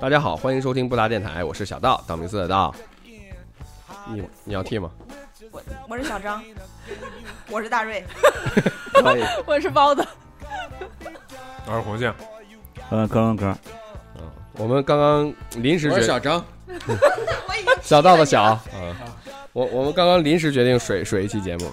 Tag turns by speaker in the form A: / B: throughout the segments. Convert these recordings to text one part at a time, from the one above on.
A: 大家好，欢迎收听布达电台，我是小道，道明寺的道。你你要 剃吗？
B: 我我是小张，我是大瑞，
A: 欢迎，
B: 我是包子，
C: 二红酱，
D: 嗯，刚刚
A: 嗯，我们刚刚临时
E: 我是
A: 决
E: 小张，
B: 我已经
A: 小道的小，嗯，我我们刚刚临时决定水水一期节目，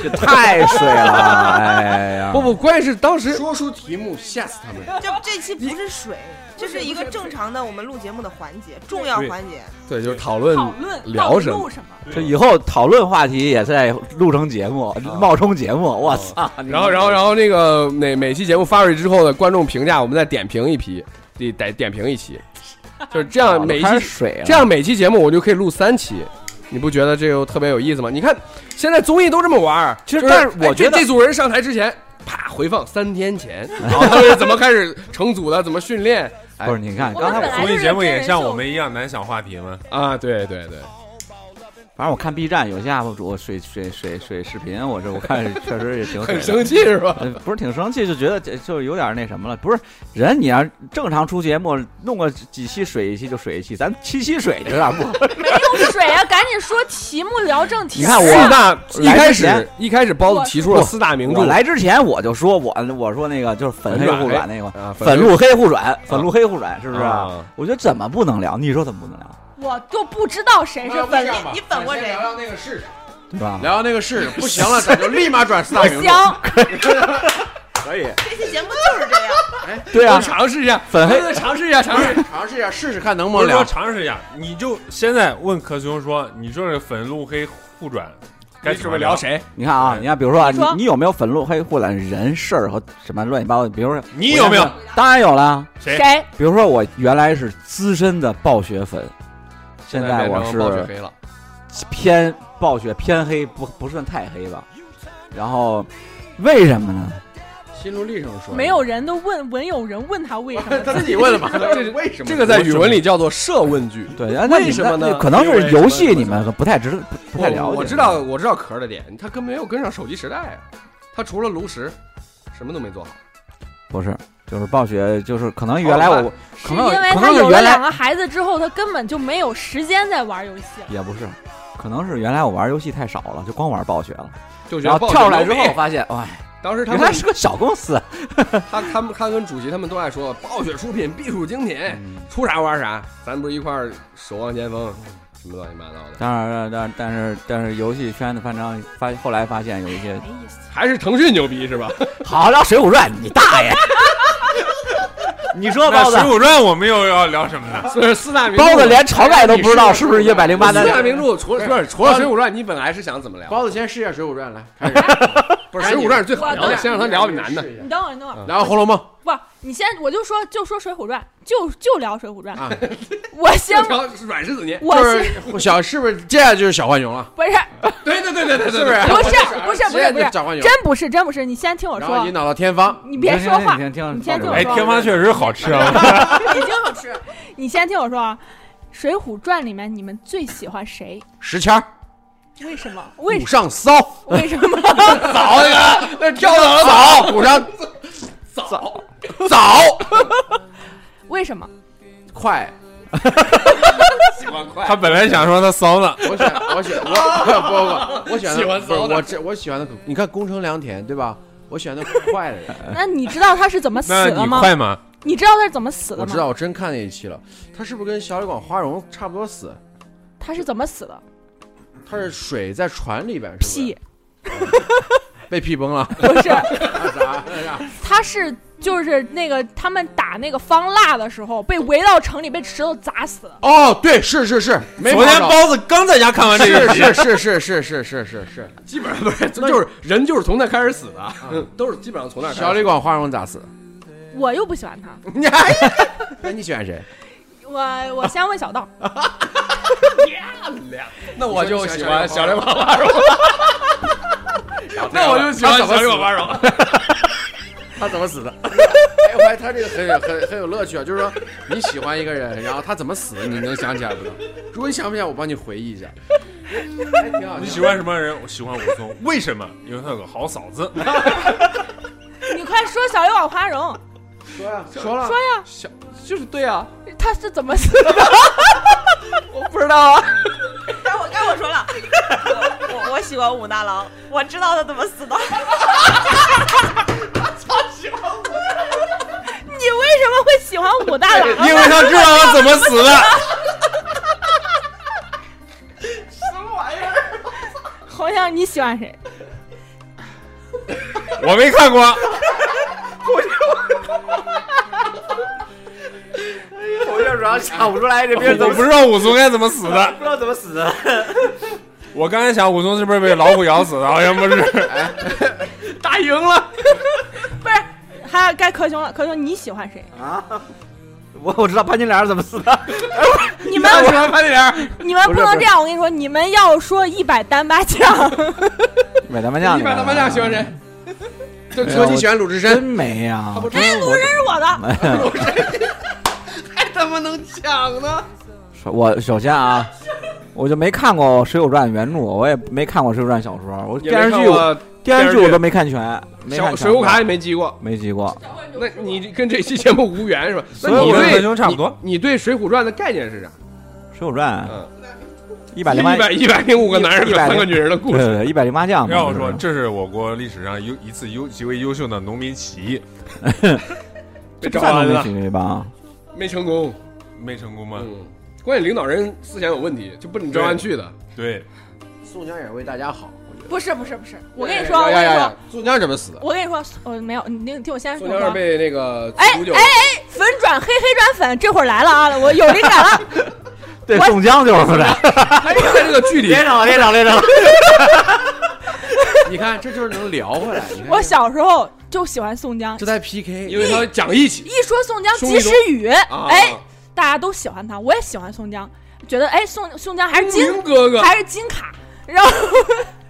D: 这太水了，哎呀，
A: 不不，关键是当时
E: 啊说出题目吓死他们。
B: 这这期不是水，这是一个正常的我们录节目的环节，重要环节。
A: 对就是讨论
F: 讨论
A: 聊什
F: 什
A: 么
F: 么，，
D: 这以后讨论话题也在录成节目，冒充节目，我操！
A: 然后然后然后那个每每期节目发出去之后的观众评价，我们再点评一批，得得点评一期，就是这样，每一
D: 还
A: 期
D: 是水啊，
A: 这样每期节目我就可以录三期，你不觉得这个特别有意思吗？你看现在综艺都这么玩儿，
D: 其实
A: 就是
D: 但是我
A: 哎这
D: 觉得
A: 这组人上台之前，啪回放三天 前，然后他们是怎么开始成组的，怎么训练哎
D: 不是？你看
F: 我
D: 刚才
F: 们本
D: 我，
F: 来
C: 综
F: 就
C: 艺
F: 是
C: 节目也
F: 真人
C: 像
F: 秀
C: 我们一样难想话题吗？
A: 啊？对对对，
D: 反正我看 B 站有些 UP 主水水水水视频，我这我看确实也挺水
A: 很
D: 的
A: 生气是吧？
D: 呃，不是挺生气，就觉得这就有点那什么了。不是人，你要正常出节目，弄个几期水一期就水一期，咱七期水就有点不。
F: 用水啊，赶紧说题目聊正题。
D: 你看我
A: 四大一开
D: 来之
A: 始一开始包子提出了四大名
D: 我
A: 著
D: 来之前我就说我我说那个就是粉黑互转那个
A: 啊，
D: 粉路黑互转，粉路黑互转是
A: 是
D: 不是？啊我觉得怎么不能聊？你说怎么不能聊？
F: 我就不知道谁是
B: 本
F: 本
B: 地
F: 地
B: 你你本过谁
E: 聊聊那个试试，
D: 对吧？
E: 聊聊那个试试，不行了，咱就立马转四大名著。
F: 香，
E: 可以，
B: 这期节目就是这样，
D: 对啊，
A: 尝试一下，
D: 粉黑
A: 对对尝试一下，尝试一下。
E: 尝试一下，试试看能不
C: 我
E: 能
C: 说
E: 聊。
C: 尝试一下，你就现在问柯兄说，你说这粉路黑互转，该
A: 你准
C: 准
A: 备
C: 备
A: 聊
C: 聊？
A: 谁？
D: 你看啊，你看，比如说啊，
F: 你说
D: 你你有没有粉路黑互转人事儿和什么乱七八糟？比如说
C: 你有没有？？
D: 当然有了。
C: 谁？
F: 谁？
D: 比如说我原来是资深的暴雪粉，现在我
A: 变成暴雪
D: 是
A: 黑了，
D: 偏暴雪偏黑，不不算太黑吧。然后为什么呢？
E: 心路历程说
F: 没有，人都问，文有人问他为什么？
E: 他自己问的吧？
A: 这
E: 为什么？
A: 这个在语文里叫做设问句。
D: 对，啊那你
A: 为什么呢
D: 那可能是游戏
A: 因为
D: 你们不太知不不太了解。啊
A: 我我知道，我知道壳儿的点，他根本没有跟上手机时代啊，他除了炉石，什么都没做好。
D: 不是，就是暴雪，就是可能原来我
F: 哦是
D: 可能
F: 因为
D: 可
F: 他
D: 能是
F: 有了
D: 原
F: 两
D: 来
F: 个孩子之后，他根本就没有时间在玩游戏了。
D: 也不是，可能是原来我玩游戏太少了，就光玩暴雪了。
A: 就觉
D: 然
A: 得
D: 后
A: 暴雪
D: 跳出来之
A: 牛
D: 后
A: 逼，
D: 发现， 哇，
A: 当时他
D: 原
A: 们
D: 来是个小 公司。
A: 他他们他跟主席他们都爱说，暴雪出品必属经典，
D: 嗯
A: 出啥玩啥。咱不是一块儿守望先锋，什么乱七八糟的，
D: 当然，但但是但是游戏圈的反正发后来发现有一 些
F: 没意思。
A: 还是腾讯牛逼是吧？
D: 好聊《水浒传》，你大爷！你说
C: 那
D: 包
C: 《
D: 子
C: 水，浒传》我们又要聊什么呢？
A: 所以四大名著
D: 包子连晁盖都不知道是不是一百零八
A: 四大
D: 单。
A: 名著除了不是除了《水浒传》，你本来是想怎么聊？
E: 包子先试一下《水浒传》来，开始。
A: 不是《水浒传》是最好
F: 我
A: 聊的，先让他聊难的。
F: 你等会儿，你等会儿，
E: 然后《红楼梦》
F: 不是，你先，我就说，就说《水浒传》，就就聊《水�浒传》
E: 啊，
F: 我先，
A: 聊软柿子泥，
F: 我先，
E: 就是小是不是接下来就是小浣熊了？
F: 不是，
A: 对对 对对对，
E: 是不是？
F: 不是，不是，不
E: 接下
F: 是，
E: 来
F: 不
E: 就是
F: 是，
E: 小浣熊，
F: 真不是，真不是。你先听我
E: 然后
F: 说
E: 引，导到天方。
F: 你别说话，
D: 你听
F: 你先听我
C: 哎，
F: 说
C: 天方确实好吃啊！
B: 北京好吃。
F: 你先听我说啊，《水浒传》里面你们最喜欢谁？
E: 石谦儿
F: 为什么？为
E: 补上骚，
F: 为什么？
A: 早那个那跳蚤
E: 早补上
A: 早，
E: 早
F: 为什么？
E: 快。
A: 喜欢快
C: 他本来想说他骚呢，
E: 我选我选 我不不不，我选的
A: 喜欢
E: 不是
A: 骚的
E: 我这我喜欢的可，你看宫城良田对吧？我选的快的 人，
F: 那你知道他是怎么死
C: 那
F: 的
C: 你
F: 吗？
C: 快吗？
F: 你知道他是怎么死
E: 我
F: 的
E: 知
F: 吗？
E: 道，我真看那一期了。他是不是跟小李广花荣差不多死？
F: 他是怎么死的？
E: 他是水在船里边，是不是
F: 屁，
E: 被屁崩了，
F: 不是，
E: 啥啥？
F: 他是就是那个他们打那个方腊的时候，被围到城里，被石头砸死的。
E: 哦，对，是是是，没
C: 昨天
E: 跑着
C: 包子刚在家看完这
E: 是
C: 个集，
E: 是是是是是是是是，
A: 基本上不是，就是人就是从那开始死的，嗯都是基本上从那开始死。
E: 小李广花荣咋死？
F: 我又不喜欢他，
E: 你还那你选谁？
F: 我我先问小道，
A: 那我就喜欢小
E: 小
A: 流
E: 流
A: 氓花荣，那我就喜欢小流氓花荣。
E: 他怎么死的？哎，我发现他这个很有很很有乐趣啊，就是说你喜欢一个人，然后他怎么死的，你能想起来不能？如果你想不起来，我帮你回忆一下。还哎挺好
C: 你喜
E: 笑的
C: 欢什么人？我喜欢武松，为什么？因为他有个好嫂子。
F: 你快说小刘老花荣，
E: 说呀，说了
F: 说，呀，
A: 小就是对啊，
F: 他是怎么死的？
A: 我不知道啊，
G: 该我该我说 了，我我我喜欢武大郎，我知道他怎么死的。
F: 你为什么会喜欢武大郎啊？
A: 因为他知道他怎么死的。
F: 侯亮，你喜欢谁？
C: 我没看过，
D: 哎我就主要想不出来这
C: 我不知道武松该怎么死的。
D: 不知道怎么死的。
C: 我刚才想武松是不是被老虎咬死的？好像不是。
D: 哎
A: 打赢了，
F: 不是，还有该柯兄了，柯兄你喜欢谁？
A: 啊
D: 我我知道潘金莲怎么死的，
F: 你们
A: 喜欢潘金莲，
F: 你们不能这样，我跟你说，你们要说一百单八 将，
D: 买单麻将，
A: 你把他们俩喜欢谁？
E: 这柯基喜欢鲁智
D: 真
E: 深，
D: 没啊！
F: 哎，鲁智深是我的，
A: 还他妈能抢呢？
D: 我首先啊，我就没看过《水浒传》原著，我也没看过《水浒传》小说，我电视剧我
A: 我
D: 电视
A: 电
D: 剧
A: 视
D: 我
A: 剧
D: 都没看全，没看
A: 小
D: 全
A: 水浒卡也没集过，
D: 没集过。
A: 那你跟这期节目无缘是吧？那
D: 所以
A: 你
D: 我跟
A: 对
C: 文兄差不多
A: 你你对《水浒传》的概念是啥？
D: 《水浒传》
A: 嗯
D: 一百
A: 一
D: 零八，
A: 百一百零五个男人和
D: 一百零
A: 三个女人的故
D: 对
A: 事。
D: 对对，一百零八将嘛。
C: 让我说，
D: 就是
C: 这是我国历史上优一次优极为优秀的农民起义，
A: 被
D: 这
A: 抓
D: 不
A: 完
D: 算农民
A: 了，
D: 起义吧？
A: 没成功。
C: 没成功吗？
A: 嗯，关键领导人思想有问题，就不你这样去的。
C: 对，
E: 宋江也是为大家好，我觉得。
F: 不是不是不是，我跟你
A: 哎
F: 说，
A: 呀
F: 我跟
A: 呀呀
F: 你说
A: 呀，宋江怎么死 的？
F: 我跟你说，我没有，你听你听我先说
A: 宋。江是被那个
F: 哎
A: 毒酒
F: 哎哎，粉转黑，黑转粉，这会儿来了 啊，我有灵感了。
D: 对，
F: 我
D: 宋江就是不是？
A: 哎，在这个剧里，
D: 场，连长，连长。
E: 你看，这就是能聊回来。你看
F: 我小时候就喜欢宋江
E: 这，在 PK，
A: 因为他讲义气
F: 一说宋江
A: 宋
F: 及
A: 徽
F: 时
A: 宗
F: 雨，
A: 啊，
F: 哎，大家都喜欢他，我也喜欢宋江，觉得哎，宋宋江还是金
A: 金哥哥
F: 还是金卡，然后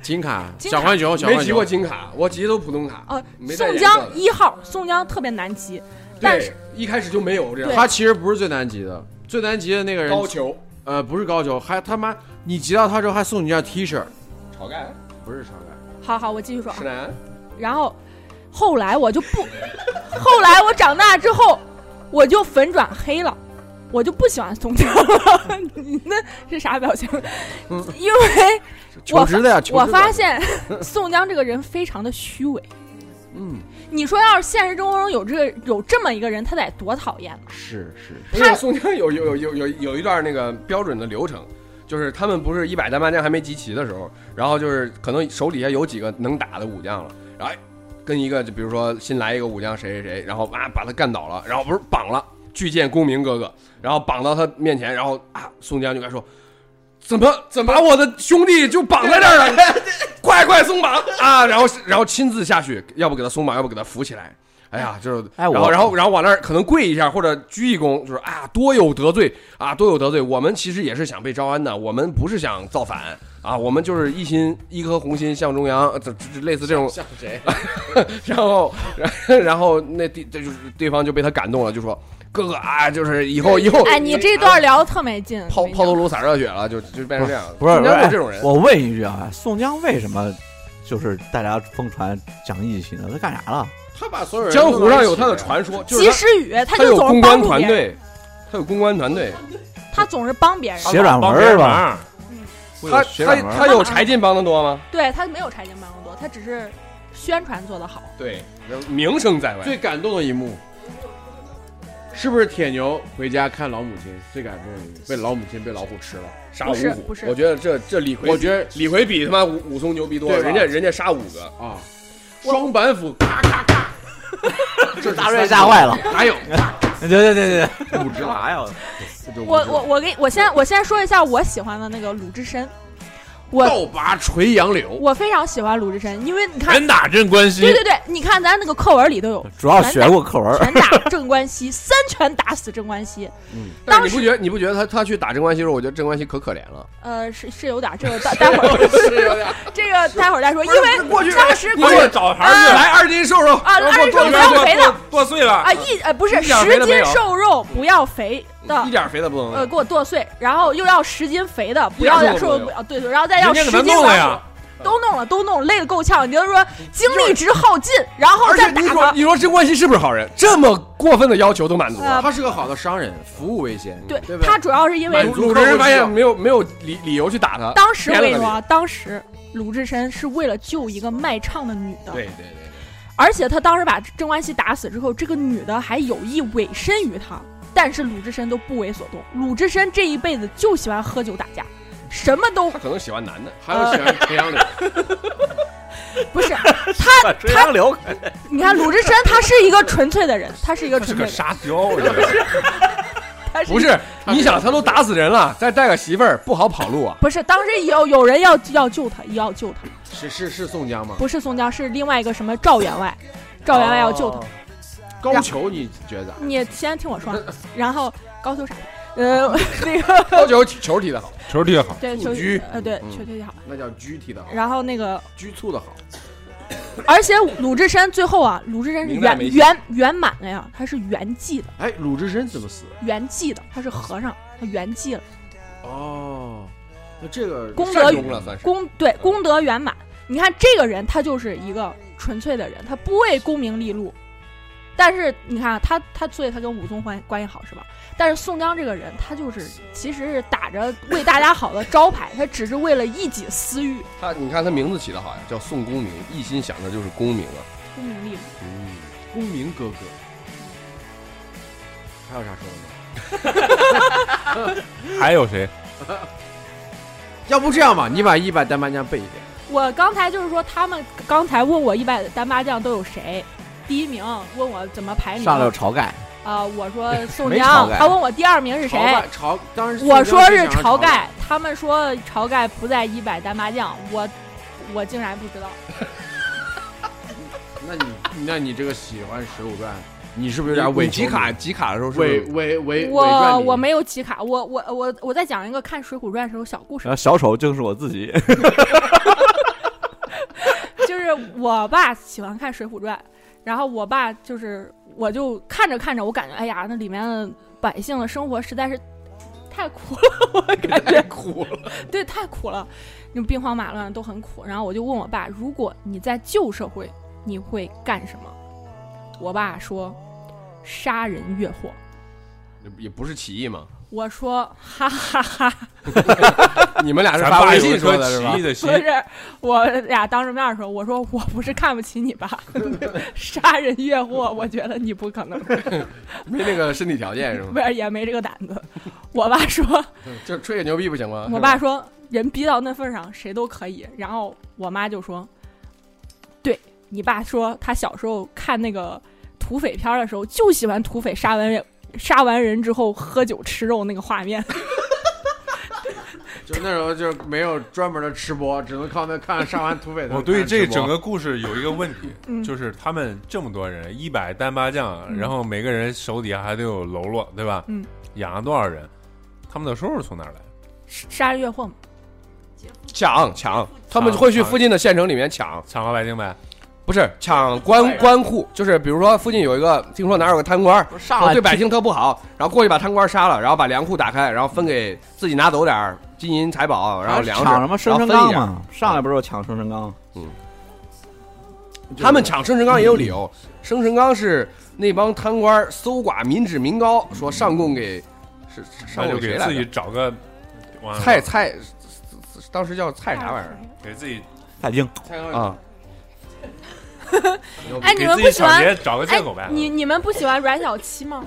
E: 金卡、
F: 金
E: 小浣熊、小
A: 没
E: 浣
A: 集过
E: 熊，
A: 金卡，我集的都普通卡。
F: 呃，
A: 没带
F: 宋
A: 颜
F: 江
A: 色的
F: 一号，宋江特别难骑，但
A: 对
F: 是，
A: 一开始就没有这样
E: 他其实不是最难集的，最难集的那个人
A: 高俅
E: 呃，不是高俅，还他妈你集到他之后还送你件 T 恤，
A: 晁盖、
E: 不是长杆，
F: 好好，我继续说啊
A: 石，南，
F: 然后后来我就不，后来我长大之后我就粉转黑了。我就不喜欢宋江了， 你那是啥表情？
A: 嗯
F: 因为
E: 求职的呀，求
F: 我
E: 职的
F: 发现宋江这个人非常的虚伪。
E: 嗯，
F: 你说要是现实生活中有这个有这么一个人，他得多讨厌啊呢？
E: 是是，
A: 而且宋江有有有有有有一段那个标准的流程，就是他们不是一百单八将还没集齐的时候，然后就是可能手底下有几个能打的武将了，然后哎跟一个就比如说新来一个武将谁谁谁，然后啊把他干倒了，然后不是绑了巨剑公明哥哥，然后绑到他面前，然后啊宋江就该说。怎么怎么把我的兄弟就绑在这儿了？快快松绑啊！然后然后亲自下去，要不给他松绑，要不给他扶起来。哎呀，就是，
D: 哎
A: 然
D: 我
A: 后然后然后往那儿可能跪一下或者鞠一躬，就是啊，多有得罪啊，多有得罪。我们其实也是想被招安的，我们不是想造反啊，我们就是一心一颗红心向中央，呃这这类似这种
E: 像谁？
A: 然后，然然后那地这就是对方就被他感动了，就说：“哥哥啊，就是以后以后
F: 哎，你这段聊的特没劲。
A: 抛
F: 我跟你
A: 抛头
F: 讲
A: 颅洒热血了，就就变成这样了。”
D: 不是，
A: 人
D: 不是
A: 家有
D: 哎
A: 这种人，
D: 我问一句啊，宋江为什么就是大家疯传讲义气呢？他干啥了？
E: 他把所有人
A: 江湖上有他的，传说，就是
F: 及
A: 他
F: 时雨，他
A: 他有
F: 就总
A: 公
F: 是
A: 关
F: 帮助
A: 团
F: 别人，
A: 队，他有公关团队，
F: 他总是帮别人。
A: 啊
D: 写软文儿吧？会有
A: 他
D: 写
A: 他
D: 软文儿
A: 他有柴进帮的多吗？
F: 对他没有拆迁办公多，他只是宣传做得好。
A: 对，名声在外。
E: 最感动的一幕。是不是铁牛回家看老母亲最感动的一幕？被老母亲被老虎吃了，
A: 杀
F: 不
A: 五
F: 是
A: 虎，
F: 不是
A: 我觉得这这李逵，
E: 我觉得
A: 李逵比他妈武武松牛逼多了，
E: 对吧
A: 人家人家杀五个，
E: 啊，
F: 我
E: 双板斧，咔咔 咔，这
D: 大瑞吓坏了。
E: 哪有？
D: 对对对对，
E: 武之
D: 啥呀？
F: 我我我给我先我先说一下我喜欢的那个鲁智深，我
E: 倒拔垂杨柳，
F: 我非常喜欢鲁智深，因为你看，
C: 人打镇关西
F: 对，对对，你看咱那个课文里都有
D: 主要学过课文。
F: 拳打镇关西，三拳打死镇关西。
A: 但是
F: 当
A: 你
F: 时
A: 不觉得你不觉得他他去打镇关西的时候，我觉得镇关西可可怜了，
F: 呃，是是有点儿这个，待待会 儿这个待会儿再说，因为
A: 过去
F: 当时
C: 过
F: 不是
C: 去找茬去
A: 来二斤瘦肉
F: 啊，按说不要肥的
C: 剁剁碎了
F: 啊，一呃不是
A: 一点肥
F: 十
A: 的没
F: 斤
A: 有
F: 瘦肉不要肥的
A: 一。点肥的不能有
F: 呃，给我剁碎，然后又要十斤肥的，不要
A: 一点
F: 再
A: 瘦
F: 瘦
A: 肉
F: 不
A: 不
F: 要，对对，然后再要
C: 人
F: 十
C: 家给他
F: 斤
C: 弄了
F: 老
C: 呀
F: 鼠，都弄了，都弄了，累嗯得够呛。你就说精力值耗尽，然后
A: 而且
F: 再打
A: 你说
F: 他，
A: 你说这关系是不是好人？这么过分的要求都满足了。
E: 他是个好的商人，服务为先，
F: 呃对
E: 对不对
F: 他主要是因为
E: 满足
A: 鲁智深发现没有没有理理由去打他，
F: 当时我跟你说
A: 偏了
F: 啊，当时鲁智深是为了救一个卖唱的女的，
A: 对对对，
F: 而且他当时把镇关西打死之后，这个女的还有意委身于他，但是鲁智深都不为所动。鲁智深这一辈子就喜欢喝酒打架，什么都
A: 他可能喜欢男的，
E: 还有喜欢培养的，
F: 不 是。
D: 把垂杨柳
F: 你看鲁智深，他是一个纯粹的人，他是一个
C: 是
F: 纯粹
C: 个
F: 的人，
C: 沙雕，我觉得
F: 他
A: 不是？你想他都打死人了，再带个媳妇儿不好跑路啊。
F: 不是？当时有有人要要救他，要救他，
E: 是是是宋江吗？
F: 不是宋江，是另外一个什么赵员外，赵员外要救他。
E: 哦。高俅你觉得咋？
F: 你先听我说， 然后高俅啥？呃，那个
A: 高俅球踢得好，
C: 球踢得好，
F: 对
E: 蹴
F: 球
E: 鞠
F: 呃对
E: 嗯
F: 球球就好，
E: 那叫狙踢的好，
F: 然后那个
E: 拘促的好，
F: 而且鲁智深最后啊，鲁智深是
A: 明白
F: 圆
A: 没戏
F: 圆圆满了呀，他是圆寂的，
E: 哎，鲁智深怎么死？
F: 圆寂的，他是和尚，他圆寂了，
E: 哦，那这个
F: 功德
A: 善
F: 与
A: 终了算是。
F: 功对功德圆满。你看这个人，他就是一个纯粹的人，他不为功名利禄。但是你看啊他，他所以他跟武宗关关系好是吧？但是宋江这个人，他就是其实是打着为大家好的招 牌，他只是为了一己私欲，
A: 他你看他名字起得好呀，叫宋公明，一心想的就是功名啊。
F: 功名利禄。
A: 嗯，
E: 公明哥哥，还有啥说的吗？
C: 还有谁？
E: 要不这样吧，你把一百单班将背一遍。
F: 我刚才就是说，他们刚才问我一百单八将都有谁，第一名问我怎么排名，
D: 上来有
F: 啊、
D: 晁盖，
F: 我说宋
D: 没
F: 江
D: 晁，盖
F: 他问我第二名是谁
E: 晁，盖，晁当然是
F: 我说是
E: 晁
F: 晁，盖，他们说晁盖不在一百单八将，我我竟然不知道，
E: 那你那你这个喜欢《水浒传》，你是不是有
A: 你
E: 点伪
A: 你集卡集卡的时候是不
E: 伪
A: 是
E: 伪伪伪
F: 我
E: 传迷
F: 我没有集卡，我我我我在讲一个看《水浒传》时候小故事
D: 然后，小丑正是我自己。
F: 就是我爸喜欢看《水浒传》，然后我爸就是我就看着看着，我感觉哎呀，那里面的百姓的生活实在是太苦了， 我感觉
A: 太苦了？
F: 对，太苦了，那种兵荒马乱都很苦。然后我就问我爸，如果你在旧社会，你会干什么？我爸说，杀人越货。
A: 也不是起义嘛，
F: 我说，哈哈哈
A: 你们俩是
C: 咱
A: 发
C: 爸
A: 微
C: 有
A: 信
C: 一
A: 说
C: 颗
A: 的是吧
C: 奇异？的
F: 不
C: 心，
F: 是，我俩当着面说，我说我不是看不起你 吧，杀人越货，我觉得你不可能，
A: 没那个身体条件是 吗？
F: 不是也没这个胆子。我爸说，
A: 就吹个牛逼不行
C: 啊
A: 吗？是
F: 我
A: 吧
F: 爸说人逼到那份儿上，谁都可以。然后我妈就说：“对你爸说，他小时候看那个土匪片儿的时候，就喜欢土匪杀完人杀完人之后喝酒吃肉那个画面。
E: 就那时候就没有专门的吃播，只能靠那看上 完土匪的。
C: 我对这
E: 看吃播
C: 整个故事有一个问题，
F: 嗯
C: 就是他们这么多人，一百单八将，
F: 嗯
C: 然后每个人手底下还得有喽啰，对吧？
F: 嗯，
C: 养了多少人？他们的收入从哪儿来？
F: 杀人越货嘛，
A: 抢抢，他们会去附近的县城里面抢，
C: 抢老百姓呗。
A: 不是抢官官户，就是比如说附近有一个，听说哪儿有个贪官，
D: 上
A: 哦说对百姓特不好，然后过去把贪官杀了，然后把粮库打开，然后分给自己拿走点儿金银财宝，然后粮食，
D: 抢什么生
A: 然后
D: 辰
A: 分一
D: 纲
A: 点儿
D: 嘛？上来不是有抢生辰纲？
A: 他们抢生辰纲
D: 嗯
A: 也有理由，生辰纲是那帮贪官搜刮民脂民膏，说上供给是是上
C: 那
A: 供
C: 就
A: 给
C: 给
A: 谁
C: 自
A: 来
C: 己啊
A: 着？
C: 找个完了
A: 蔡蔡，当时叫蔡啥玩意儿
C: 给自己
D: 大靖
A: 啊？
F: 哎，你
C: 给
F: 们
C: 自
F: 不
C: 己
F: 喜
C: 抢
F: 欢？
C: 劫找个
F: 哎
C: 借口呗，。
F: 你你们不喜欢阮小七吗？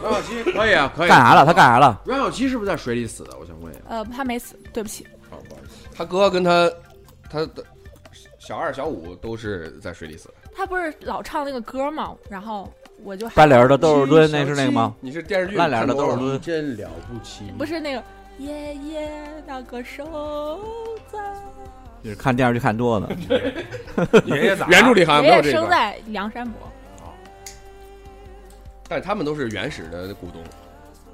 E: 阮 小七可以啊，可以。
D: 干啥了？他干啥了？
E: 阮小七是不是在水里死的？我想问一下。
F: 呃，他没死，对不起。
E: 好不好意思
A: 他哥跟他他的小二小五都是在水里死的。
F: 他不是老唱那个歌吗？然后我就还
D: 半脸的豆儿墩，那是那个吗？
A: 你是电视剧
D: 烂脸的
A: 看多
D: 豆儿
A: 了
D: 墩，
E: 真了不起。
F: 不是那个爷爷那个手在。”
D: 你是看电视剧看多了。
C: 爷爷咋？
A: 原著里好像啊没
F: 爷
A: 有
F: 爷
A: 这一
F: 生
A: 段，
F: 在梁山伯，
A: 但他们都是原始的股东，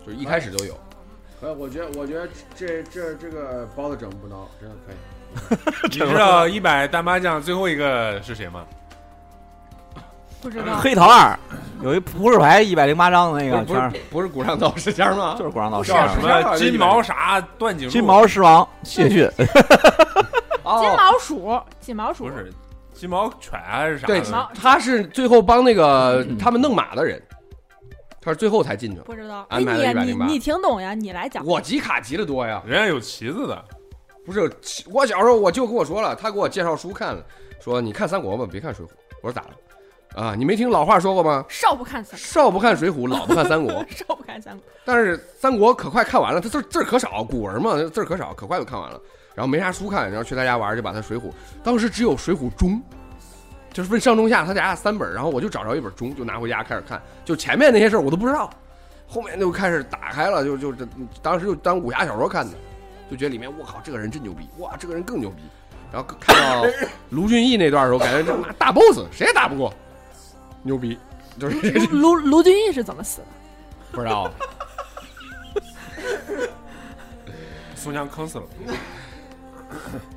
A: 就是一开始就有。
E: 可以，我觉得我觉得这这这个包子整不孬，真的可以。
C: 你知道一百单八将最后一个是谁吗？
F: 不知道。
D: 黑桃二有一扑克牌一百零八张的那个，
A: 不
D: 全
A: 是
D: 是
A: 不是鼓上道是这样吗？
D: 就是光老师。啊
C: 叫什
A: 不
C: 么
A: 是啊
C: 金毛啥段景？
D: 金毛狮王谢逊，
F: 金
A: 哦，
F: 毛鼠，金毛鼠
C: 不是金毛犬还是啥的？
A: 对
F: 金毛
A: 他是最后帮那个他们弄马的人，他是最后才进去。
F: 不知道。哎，
A: 安排了
F: 你你
A: 108
F: 你挺懂呀，你来讲。
A: 我集卡集的多呀，
C: 人家有旗子的，
A: 不是我小时候我舅跟我说了，他给我介绍书看了，说你看三国吧，别看水浒。我说咋了？啊，你没听老话说过吗？
F: 少 不看三，
A: 少不看水浒，老不看三国。
F: 少不看三国。
A: 但是三国可快看完了，他字儿字儿可少，古文嘛字儿可少，可快就看完了。然后没啥书看，然后去他家玩儿，就把他《水浒》，当时只有《水浒中》，就是分上中下，他家三本儿，然后我就找着一本儿中，就拿回家开始看，就前面那些事儿我都不知道，后面就开始打开了，就就这当时就当武侠小说看的，就觉得里面我靠这个人真牛逼，哇这个人更牛逼，然后看到卢俊义那段儿的时候，感觉这妈大 boss 谁也打不过，牛逼，就是这
F: 卢卢卢俊义是怎么死的？
A: 不知道。
C: 宋江坑死了。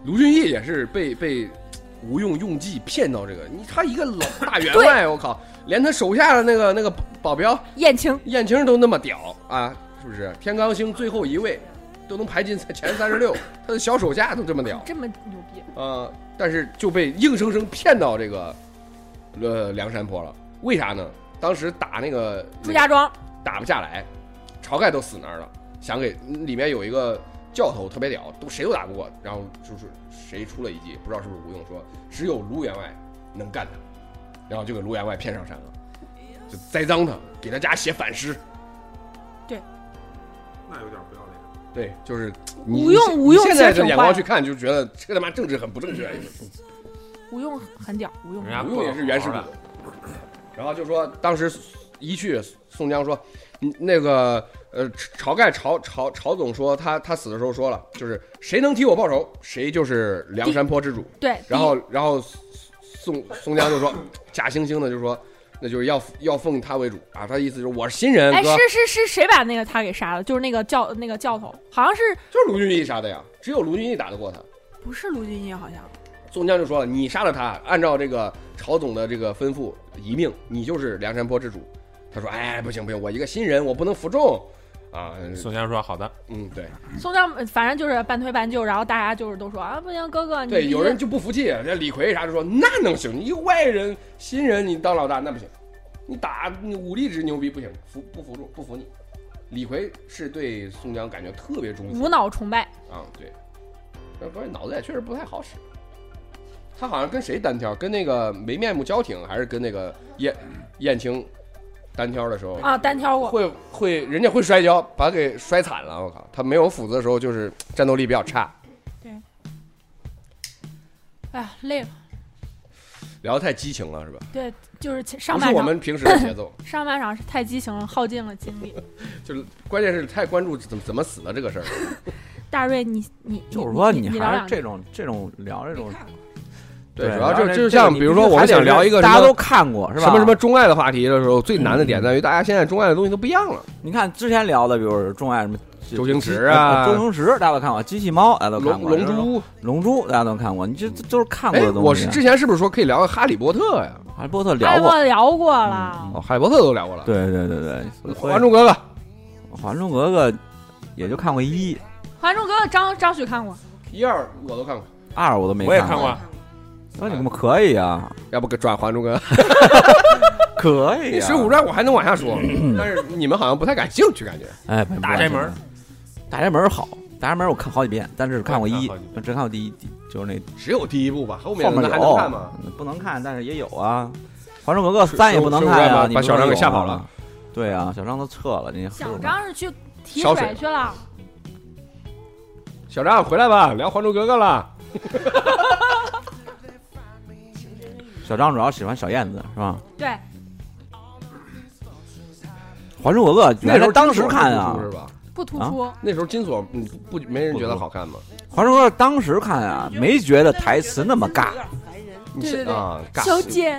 A: 卢俊义也是被被吴用用计骗到这个，你他一个老大员外，我靠，连他手下的那个那个保镖
F: 燕青
A: 燕青都那么屌啊，是不是？天罡星最后一位都能排进前三十 六，他的小手下都这么屌，
F: 这么牛逼，
A: 呃，但是就被硬生生骗到这个呃梁山泊了，为啥呢？当时打那个
F: 朱家庄
A: 打不下来，晁盖都死那儿了，想给里面有一个教头特别屌，都谁都打不过，然后就是谁出了一计，不知道是不是吴用说，只有卢员外能干他，然后就给卢员外骗上山了，就栽赃他，给他家写反诗，
C: 那有点不要脸。
A: 对，就是你
F: 吴用
A: 你
F: 吴用
A: 现在
F: 写
A: 的
F: 手
A: 眼光
F: 坏
A: 去看，就觉得这他妈政治很不正确，
F: 吴用很屌，吴用
C: 人家
A: 吴用也是原始股
C: 不好好。
A: 然后就说当时一去，宋江说，嗯那个呃，晁盖晁晁晁总说他他死的时候说了，就是谁能替我报仇，谁就是梁山泊之主。
F: 对，
A: 然后然后宋宋江就说，假惺惺的就说，那就是要要奉他为主啊，他意思就是我是新人，
F: 哎，
A: 哥，
F: 是是是谁把那个他给杀了？就是那个教那个教头，好像是
A: 就是卢俊义杀的呀，只有卢俊义打得过他。
F: 不是卢俊义？好像
A: 宋江就说了：“你杀了他，按照这个朝总的这个吩咐，一命，你就是梁山泊之主。”他说：“哎，不行不行，我一个新人，我不能服众。”啊，
C: 宋江呃说：“好的，
A: 嗯，对
F: 宋江，呃反正就是半推半就，然后大家就是都说啊，不行，哥哥，你
A: 对，
F: 你
A: 有人就不服气，这李逵啥就说：“那能行？你一个外人新人，你当老大那不行，你打你武力值牛逼不行，服不服众不服你。”李逵是对宋江感觉特别忠心
F: 无脑崇拜，
A: 啊，对，但关键脑子也确实不太好使。他好像跟谁单挑？跟那个没面目交挺，还是跟那个燕燕青单挑的时候，
F: 啊，单挑过，
A: 会会人家会摔跤，把他给摔惨了。我靠，他没有斧子的时候，就是战斗力比较差。
F: 哎呀，累了，
A: 聊得太激情了，是吧？
F: 对，就是前上
A: 不是
F: 半
A: 我
F: 场
A: 们平时的节奏，
F: 上半场是太激情了，耗尽了精力。
A: 就是关键是太关注怎么怎么死的这个事儿了。
F: 大瑞，你你
D: 就是说
F: 你聊
D: 还
F: 两
D: 是这种这种聊这种，
A: 对，主
D: 聊
A: 要就
D: 这
A: 就
D: 这个
A: 像
D: 你
A: 比如
D: 必须
A: 说，我
D: 还
A: 们
D: 得
A: 想聊一个
D: 大
A: 什
D: 家
A: 么
D: 都看过是吧？嗯
A: 什么什么钟爱的话题的时候，最难的点在于大家现在钟爱的东西都不一样了。
D: 你看之前聊的，比如钟爱什么呃
A: 周星驰啊
D: 周星驰大家都看过，机器猫大家都看
A: 龙
D: 过，
A: 龙
D: 就是说
A: 珠，
D: 龙珠大家都看过，你这这都是看过
A: 哎，
D: 的东西。
A: 我是之前是不是说可以聊个哈利波特呀？
D: 哈利波特
F: 哎
D: 聊过，嗯
F: 我聊过了，
A: 哦，哈利波特都聊过了。
D: 对对对对，
A: 还珠格格
D: 还珠格格》也就看过一
F: 还珠格格》张张旭看过，
A: 一二我都看过，
D: 二我都没
C: 我也
D: 看
C: 看过。啊
D: 那你们可以啊，
A: 要不给转还珠格格？
D: 可以
A: 《
D: 啊。
A: 水浒传》我还能往下 说，但是你们好像不太感兴趣，感觉。
D: 哎，
C: 大宅门儿，
D: 大宅门儿好，大宅门儿我看好几遍，但是只看过
C: 我也
D: 一
C: 看好几，遍
D: 只看过第一，第就是那
A: 只有第一部吧，后
D: 后
A: 面
D: 面
A: 的还能看
D: 有
A: 吗？，
D: 不能看，但是也有啊。还珠格格三也不能看
A: 水浒
D: 啊，
A: 传
D: 你
A: 把
D: 不
A: 小张
D: 能
A: 给吓
D: 有
A: 跑
D: 啊
A: 了。
D: 对啊，小张都撤了，你还
F: 小
D: 有
F: 张是去提
A: 烧水
F: 水去了，
A: 小张回来吧，聊《还珠格格》了。
D: 小张主要喜欢小燕子是吧？
F: 对，
D: 还珠格格
A: 那
D: 原
A: 时
D: 来
A: 候
D: 当时看啊
A: 金锁不，出是吧？
F: 不突出，
A: 那时候金锁嗯不没人觉得好看吗？
D: 还珠格格当时看啊，没觉得台词那么尬，
A: 你
F: 对对
A: 是
F: 对
A: 啊，尬
F: 小姐，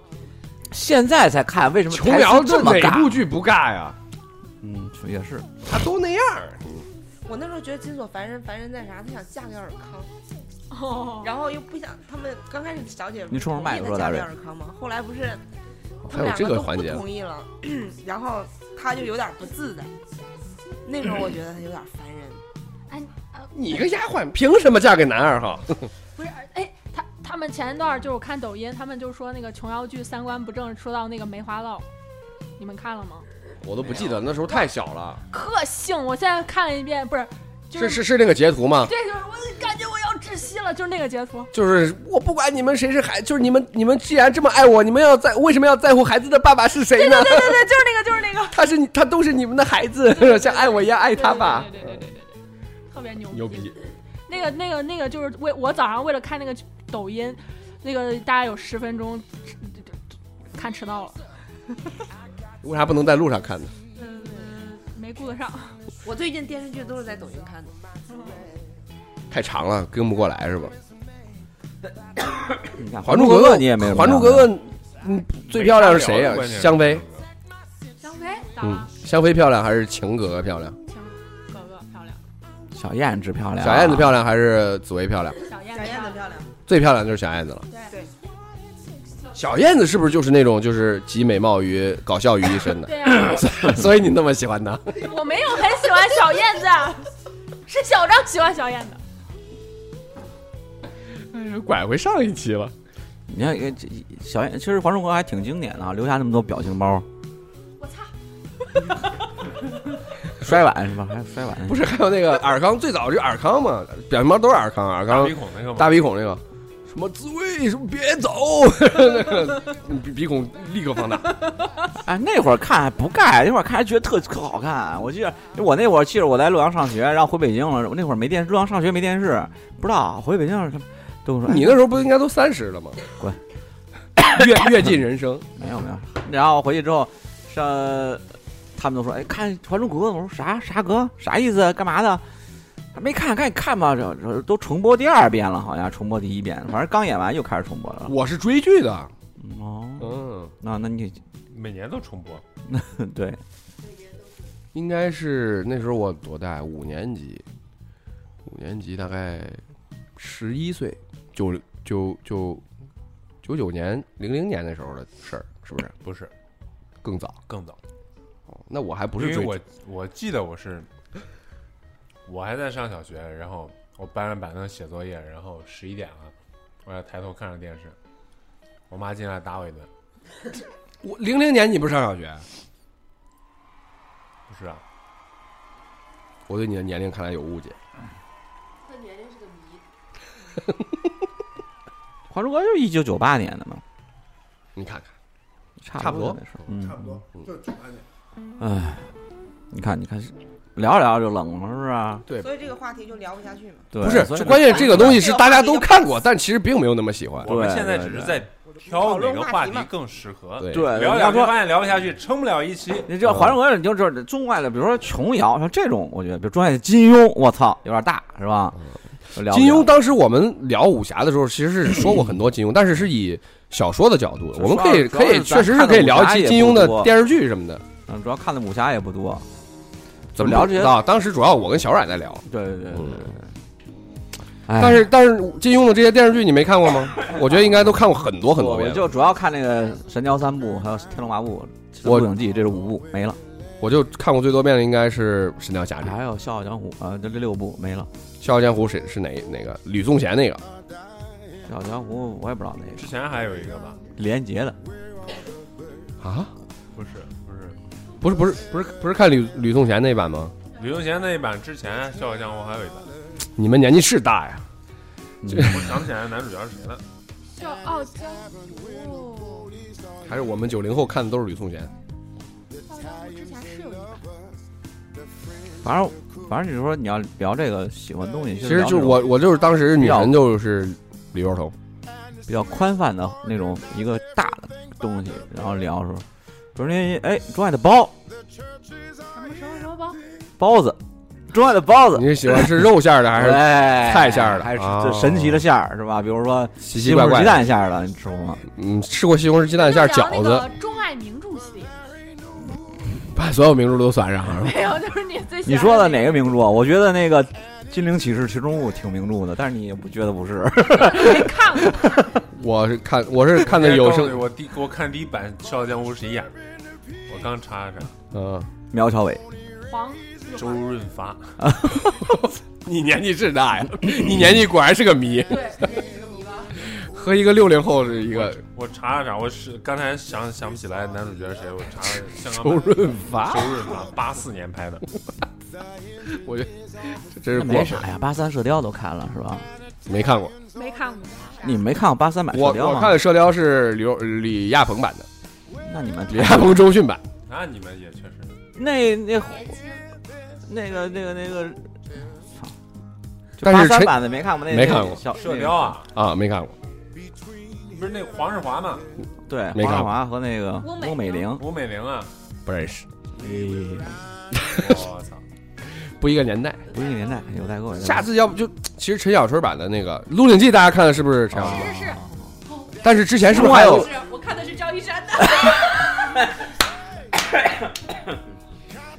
D: 现在才看为什么
A: 琼
D: 台
A: 瑶
D: 词
A: 这
D: 这么
A: 哪部
D: 尬？
A: 剧不尬呀？
D: 嗯，也是。
A: 他都那样儿。
B: 我那时候觉得金锁烦人，烦人在啥？她想嫁给尔康，
F: 哦，
B: 然后又不想他们刚开始小姐
D: 你冲着麦克说
B: 嫁
D: 大
B: 给
D: 瑞
B: 尔康嘛，后来不是
A: 还
B: 他们
A: 有
B: 两
A: 这
B: 个
A: 个
B: 都不
A: 环节，啊
B: 同意了，然后他就有点不自在。那时候我觉得他有点烦人，
A: 你个丫鬟凭什么嫁给男二号？
F: 不是，哎，他他们前一段就是我看抖音，他们就说那个琼瑶剧三观不正，说到那个梅花烙，你们看了吗？
A: 我都不记得那时候太小了。
F: 特性，我现在看了一遍，不是，就是
A: 是是那个截图吗？
F: 对，就是我感觉我要窒息了，就是那个截图。
A: 就是我不管你们谁是孩，就是你们你们既然这么爱我，你们要在为什么要在乎孩子的爸爸是谁呢？
F: 对对，就是那个，就是那个。
A: 他是你他都是你们的孩子， 像爱我一样爱他吧。
F: 对对对对对对对，特别牛
A: 牛逼！
F: 那个那个那个就是为我早上为了看那个抖音，那个大概有十分钟，看迟到了，
A: 为啥不能在路上看呢？
F: 嗯，没顾得上。
B: 我最近电视剧都是在抖音看的，
A: 太长了，跟不过来是吧？
D: 你看
A: 《
D: 《
A: 还珠格格》
D: 你也没有，啊
A: 还珠格格》嗯，最漂亮是谁呀、
C: 没啥聊的
A: 香妃。
F: 香妃咋
A: 嗯
F: 了？，
A: 香妃漂亮还是晴格格漂亮？
F: 晴格格漂亮，
D: 小燕子漂亮，啊
A: 小燕子漂亮还是紫薇漂亮？
F: 小燕
B: 小燕子漂亮。
A: 最漂亮就是小燕子了。
B: 对，
A: 小燕子是不是就是那种就是集美貌与搞笑于一身的？
F: 对呀、
A: 所以你那么喜欢她？
F: 我没有很喜欢小燕子，是小张喜欢小燕子。
A: 拐回上一期了。
D: 你看，呃这小燕，其实《还珠格格》还挺经典的啊，留下那么多表情包，
F: 我擦，
D: 摔碗是吧？还有摔碗，
A: 不是，还有那 个尔康，最早就尔康嘛，表情包都是尔康，尔
C: 大
A: 康
C: 鼻孔那个吗？
A: 大鼻孔那个，什么紫薇，什么别走， 那个鼻鼻孔立刻放大。
D: 哎，那会儿看还不盖，那会儿看还觉得特特好看。啊我记得我那会儿，记得我在洛阳上学，然后回北京了。那会儿没电，洛阳上学没电视，不知道回北京了，他们都说哎
A: 你那时候不应该都三十了吗？
D: 滚！
A: 阅阅尽人生，
D: 没有没有。然后回去之后，上他们都说：“哎，看《还珠格格》。”我说：“啥啥格？啥意思？干嘛的？”没看，赶紧看吧。这这都重播第二遍了，好像重播第一遍，反正刚演完又开始重播了。
A: 我是追剧的。
D: 嗯哦，
A: 嗯，
D: 那那你
C: 每年都重播，
D: 对
A: 应该是那时候我多大？五年级，五年级大概十一岁，九九九九九年、零零年那时候的事儿，是不是
C: 不是
A: 更早？
C: 更早，
A: 哦，那我还不是
C: 因
A: 追
C: 为
A: 剧
C: 我我记得我是，我还在上小学，然后我搬着板凳写作业，然后十一点了，我要抬头看着电视，我妈进来打我一顿，
A: 我零零年你不是上小学？
C: 不是啊，
A: 我对你的年龄看来有误解。
D: 《还珠格格》就是一九九八年的嘛，
A: 你看看，
D: 差
A: 差不多
D: 那时候，嗯
H: 差不多，就是九八年。
D: 哎，你看，你看，聊聊就冷了，是不是啊？
B: 所以这个话题就聊不下去嘛。
D: 对，
A: 不是，
D: 所以
A: 就关键这个东西是大家都看过，但其实并没有那么喜欢。
C: 我们现在
D: 对
C: 只
D: 对
C: 是在挑哪个话
B: 讨论话题
C: 题
B: 嘛
C: 更适合，
A: 对，
D: 对，
C: 聊
D: 你
C: 两
D: 要
C: 句
D: 说
C: 发现聊不下去，撑不了一期，
D: 你这《还珠格格》，你就知道中外的，比如说琼瑶，像这种，我觉得，比如中外的金庸，我操，有点大，是吧？就聊
A: 嗯
D: 不
A: 金
D: 了
A: 庸当时我们聊武侠的时候，其实是说过很多金庸，但是是以小说的角度，
D: 主
A: 我
D: 要
A: 们可以
D: 主要
A: 可
D: 是
A: 以
D: 咱
A: 确实是
D: 看的
A: 可以聊一
D: 武侠
A: 期
D: 也
A: 金庸
D: 不
A: 的
D: 多
A: 电视剧什么的。
D: 嗯，主要看的武侠也不多。
A: 怎么
D: 聊这些
A: 啊？当时主要我跟小冉在聊，
D: 对对对对
A: 嗯
D: 对。哎
A: 但是但是金庸的这些电视剧你没看过吗？我觉得应该都看过很多很多
D: 我
A: 遍
D: 我。就主要看那个《神雕三部》，还有《天龙八部》。
A: 我
D: 鹿鼎记》这是五部没了，
A: 我就看过最多遍的应该是《神雕侠侣》，《
D: 还有《笑傲江湖》啊，这这六部没了。
A: 笑傲江湖》是是哪哪个？吕颂贤那个
D: 《笑傲江湖》我也不知道那
C: 之
D: 个
C: 前还有一个吧，
D: 李连杰的，
A: 啊？
C: 不是不是。
A: 不是不是不是不是看吕吕颂贤那版吗？
C: 吕颂贤那一版之前《笑傲江湖》还有一版，
A: 你们年纪是大呀，
C: 我想不起来男主角是谁了。
F: 叫傲江湖，
A: 还是我们九零后看的都是吕颂贤？
F: 傲江湖之前是有一版，
D: 反正反正你说你要聊这个喜欢东西，
A: 其实
D: 聊
A: 就是
D: 这种
A: 我我就是当时女
D: 比较
A: 神就是李若彤。
D: 比较宽泛的那种一个大的东西，然后聊说，比如那哎中外的包
F: 什么什么什么包？
D: 包子，中外的包子
A: 你，是喜欢吃肉馅儿的还 是
D: 哎
A: 菜馅儿的
D: 还是
A: 哦
D: 这神奇的馅儿是吧？比如说
A: 奇
D: 西
A: 奇
D: 红
A: 怪
D: 柿
A: 怪
D: 鸡
A: 的？
D: 蛋馅儿的，你吃过吗？
A: 嗯，吃过西红柿鸡蛋馅儿饺
F: 就聊
A: 子，
F: 那个钟爱名著系列，
A: 把所有名著都算上啊了。
F: 没有，就是你最喜欢
D: 你说的
F: 那
D: 哪个名著啊？我觉得那个《金陵启示》其中物挺名著的，但是你也不觉得不是？
F: 个没看过。
A: 我是看我是看的有
C: 告诉你
A: 声，
C: 我第我看第一版《笑傲江湖》是谁演的？我刚查了查，
A: 嗯，
D: 苗侨伟，
F: 黄
C: 周润发。
A: 你年纪是大呀，你年纪果然是个谜。
F: 对，
A: 和一个六零后是一个
C: 我查了查，我是刚才想想不起来男主角是谁，我查了香港
A: 周
C: 版
A: 润发，
C: 周润发，八四年拍的，
A: 我觉得这真是
D: 那
A: 过
D: 没
A: 分，
D: 啥呀，八三射雕都看了是吧？
A: 没看过。
F: 没看过。
D: 你没看过八三版
A: 我
D: 射雕
A: 我
D: 吗？
A: 看的射雕是刘李亚鹏版的，
D: 那你们
A: 李亚鹏周迅版。
C: 那你们也确实
D: 那那那个那个那个，操！就
A: 但是
D: 八三
A: 陈
D: 版的没看过，那
A: 没看过
D: 小
C: 射雕，啊，
A: 啊，没看过。
C: 不是那黄日华嘛，
D: 对，
A: 没
D: 黄
A: 看
D: 少
A: 过
D: 华和那个
F: 翁美
D: 翁美玲，
C: 吴美玲啊，
A: 不认识，
D: 哎
C: 我操，
A: 不一个年代。
D: 不是一个年代，有代沟。有代沟
A: 下次要不就其实陈小春版的那个《鹿鼎记》，大家看的是不是
D: 啊
A: 陈小
D: 哦
A: 春？
F: 是是
A: 但是之前是不是还有
F: 是，我看的是赵一山的。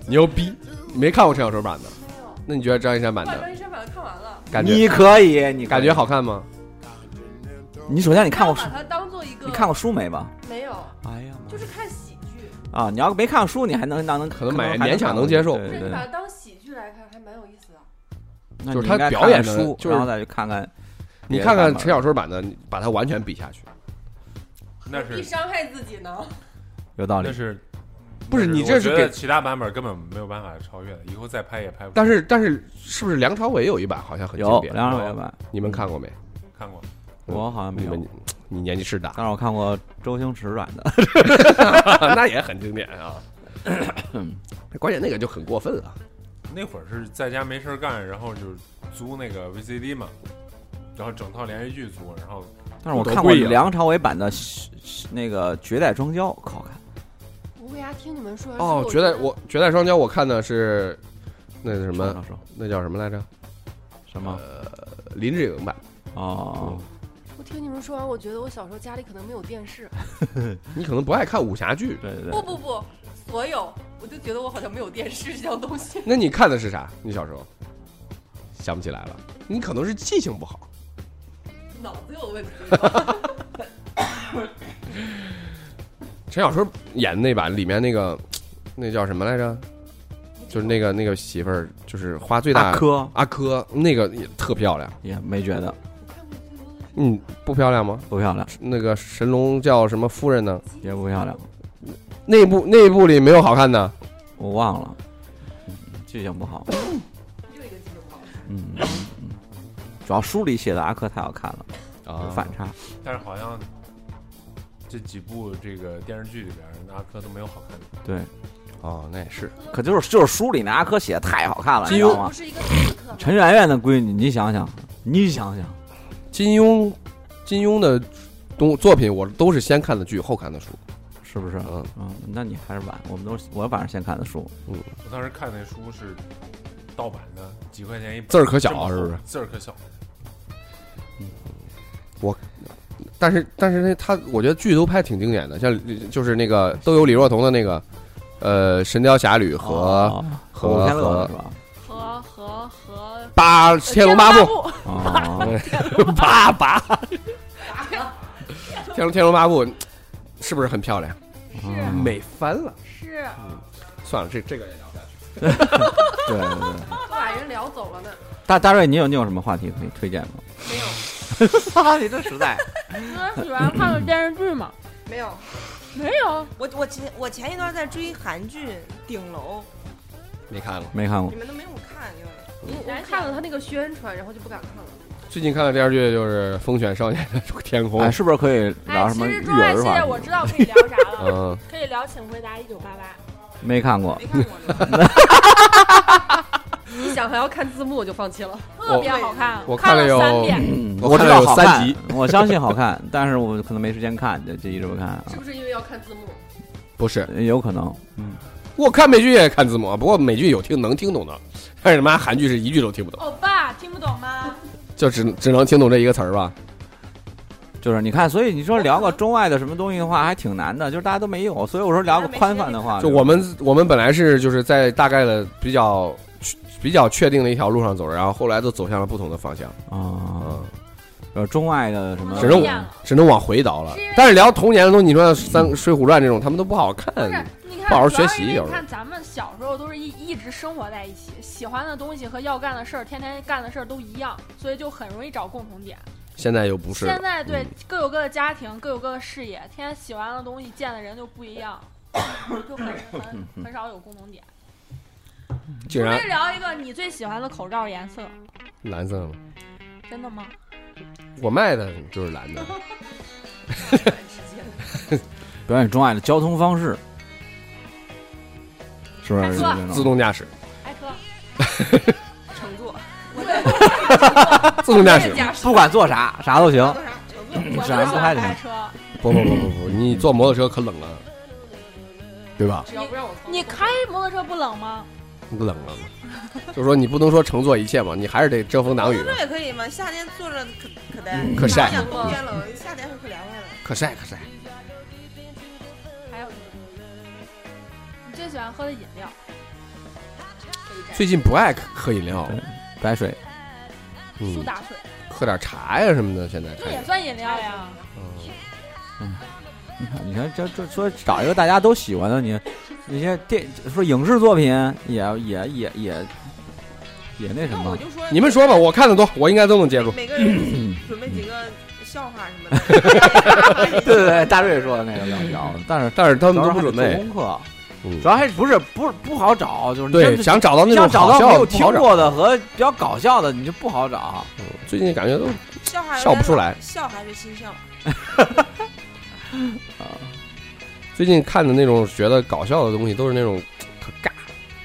A: 牛逼？没看过陈小春版的，那你觉得张一山版
F: 把赵
A: 的
F: 一山版的看完了，
A: 感觉
D: 你可以，你可以
A: 感觉好。看吗？
D: 你首先你看过
F: 我
D: 书
F: 把，它当做一个
D: 你看过书没吧？
F: 没有？
D: 哎呀妈
F: 就是看喜剧，
D: 啊！你要没看过书，你还能那能
A: 可能买
D: 还
A: 勉强
D: 看
A: 能接受
D: 对
F: 对
D: 对
F: 你
D: 对
F: 把，它当喜剧来看，还蛮有意思的。
D: 那
A: 就是
D: 你
A: 他
D: 应该
A: 表
D: 看
A: 演
D: 看
A: 的
D: 书，
A: 就是
D: 然后再去看看
A: 你
D: 别的
A: 看看
D: 版本
A: 陈小春版的，你把它完全比下去。
C: 那
F: 一
C: 是
F: 伤害自己呢？
D: 有道理
C: 那。是
A: 不是你
C: 我
A: 这是
C: 觉得
A: 给，
C: 其他版本根本没有办法超越的，以后再拍也拍不出来。
A: 但是但是是不是梁朝伟有一版好像很经
D: 有
A: 典？
D: 梁朝伟版，
A: 你们看过没？
C: 看过，
D: 我好像
A: 嗯
D: 没
A: 你
D: 有
A: 们，你年纪是 大，
D: 但是我看过周星驰版的。
A: 那也很经典啊。 关键那个就很过分了。
C: 那会儿是在家没事儿干，然后就租那个 VCD 嘛，然后整套连续剧租，然后
D: 但是我
A: 多
D: 看过
A: 贵呀啊
D: 梁朝伟版的是是那个《绝代双骄》，好看。
H: 我为啥啊听你们说这个
A: 哦，绝代我绝代双骄，我看的是那是什
D: 什
A: 么？呃那叫什么来着？
D: 什么？
A: 林志颖版。
D: 哦，
A: 嗯
H: 我听你们说完，我觉得我小时候家里可能没有电视。
A: 你可能不爱看武侠剧，
D: 对对
G: 不
D: 对，
G: 不不，所有我就觉得我好像没有电视这样东西。
A: 那你看的是啥？你小时候想不起来了，你可能是记性不好。
G: 脑子有问题。
A: 陈小春演的那版里面那个，那叫什么来着？就是那个那个媳妇儿，就是花最大
D: 大科
A: 阿珂那个也特漂亮。
D: 也没觉得
A: 嗯，不漂亮吗？
D: 不漂亮，
A: 那个神龙叫什么夫人呢？
D: 也不漂亮，
A: 那部那部里没有好看的。
D: 我忘了，嗯记性不好。嗯，嗯嗯主要书里写的阿珂太好看了，
A: 啊
D: 有反差。
C: 但是好像这几部这个电视剧里边儿，那阿珂都没有好看的。
D: 对，
A: 哦，那也是
D: 可就是就是书里那阿珂写的太好看了，你
A: 金
D: 知
A: 庸
D: 道吗？
H: 是一个刺客
D: 陈圆圆的闺女，你想想，你想想，
A: 金庸，金庸的东作品我都是先看的剧，后看的书。
D: 是不是？
A: 嗯
D: 嗯，那你还是晚，我们都是我反正先看的书，
C: 我当时看那书是盗版的，几块钱一本，
A: 字儿可
C: 这么
A: 小啊
C: 厚
A: 是不是？？
C: 字儿可小，
A: 但是但是那他，我觉得剧都拍挺经典的，像就是那个都有李若彤的那个，呃，《神雕侠侣》和
D: 哦
A: 和
D: 古天乐
A: 和
D: 的是吧？
G: 和和和
A: 八《天龙
F: 呃
A: 八部》
G: 部，
D: 哦，
A: 八 八，天龙天龙八部是不是很漂亮？
D: 嗯
A: 美翻了。
G: 是
A: 算了，这这个也聊不下去。
D: 对对对，
G: 都把人聊走了呢。
D: 大大瑞，你有你有什么话题可以推荐吗？
G: 没有，
D: 哈，你这实在。
F: 我喜欢看的电视剧嘛，
B: 没有，
F: 没有。
B: 我我前我前一段在追韩剧《顶楼
A: 没看过。
D: 没看》，过
B: 你，们都没怎么看，因为
G: 我我看了他那个宣传，然后就不敢看了。
A: 最近看的电视剧就是《风犬少年的天空
D: 哎，》。是不是可以聊
F: 哎，
D: 什
F: 其
D: 么
F: 实
D: 育
F: 钟爱
D: 儿
F: 系列我
D: 话
F: 知
D: 题？
F: 道可以聊啥了，
A: 嗯，
F: 可以聊《请回答一九八八
D: 没看过，
B: 没看过呢。
G: 一想还要看字幕，我就放弃了。》，
F: 特别好看，
A: 我
F: 看
A: 看了有
F: 三遍。
D: 嗯
A: 我
D: 我
A: 看
D: 知
A: 了
D: 道
A: 有
D: 好
A: 三
D: 看
A: 集，
D: 我相信好看，但是我可能没时间看，就 就一直不看啊，
G: 是不是因为要看字幕？
A: 不是，
D: 有可能。
A: 我看美剧也看字幕，不过美剧有听能听懂的，但是他妈韩剧是一句都听不懂，
F: 欧巴听不懂吗？
A: 就只只能听懂这一个词儿吧。
D: 就是你看，所以你说聊个中外的什么东西的话，还挺难的，就是大家都没有，所以我说聊个宽泛的话，
A: 就我们我们本来是就是在大概的比较比较确定的一条路上走着，然后后来都走向了不同的方向，
D: 啊
A: 嗯，，
D: 呃，中外的什么
A: 只能
F: 变了
A: 只能往回倒了
F: 是因为。
A: 但是聊童年的东西，你说三《水浒传》这种，他们都不好看
F: 不，是，你
A: 不
F: 看，主
A: 好好
F: 要
A: 学习
F: 因为
A: 有时
F: 你
A: 候
F: 看咱们小时候都是一一直生活在一起，喜欢的东西和要干的事儿，天天干的事儿都一样，所以就很容易找共同点。
A: 现在又不是了。
F: 现在对
A: 嗯
F: 各有各的家庭，各有各的事业，天天喜欢的东西、见的人就不一 样，就很很很少有共同点。
A: 竟
F: 可
A: 然
F: 以聊一个你最喜欢的口罩颜色，
A: 蓝色吗？
F: 真的吗？
A: 我卖的就是蓝 的。
D: 表演钟爱的交通方式，是不是？
F: 大哥
A: 自动驾 驶，
F: 艾科，
G: 乘坐，
A: 自动驾驶。
D: 不管做啥，啥都行。
B: 多少乘坐
F: 我
D: 是啊
F: 不喜
D: 不太
F: 欢
D: 行
F: 开车，
A: 不不不不不，你坐摩托车可冷了，对吧？
G: 只要不让我碰
F: 你开摩托车不冷吗？
A: 冷了嘛， 就说你不能说乘坐一切嘛，你还是得遮风挡雨
B: 坐，车也可以嘛，夏天坐着可可呆，
A: 可晒
B: 想冬天冷，夏天可凉快了。
A: 可晒可晒。
F: 还有一个，你最喜欢喝的饮料？
D: 嗯
A: 最近不爱喝饮料，
D: 白水，
F: 苏
A: 嗯，
F: 打水，
A: 喝点茶呀什么的，现在
F: 这
A: 开
F: 也
A: 始。
F: 算饮料呀？
D: 你看，你看，这这说找一个大家都喜欢的，你那些电说影视作品也也也也也那什
B: 那我
D: 么，
B: 就说，
A: 你们说吧，我看的多，我应该都能接住。
B: 每个人准备几个笑话什 么的。
D: 对对对，大瑞说的那个比较好，但是
A: 但是他
D: 他
A: 们都不准备，
D: 功课，
A: 嗯
D: 主要还不是不不好找，就是你
A: 对，
D: 真
A: 想找到
D: 你
A: 那种
D: 想找
A: 好
D: 到没
A: 笑的
D: 有
A: 不
D: 听
A: 好找。嗯
D: 过的和比较搞笑的，你就不好找。
A: 最近感觉都
B: 笑话有点
A: 笑不出来，
B: 笑还是心笑。
A: 最近看的那种觉得搞笑的东西，都是那种可尬，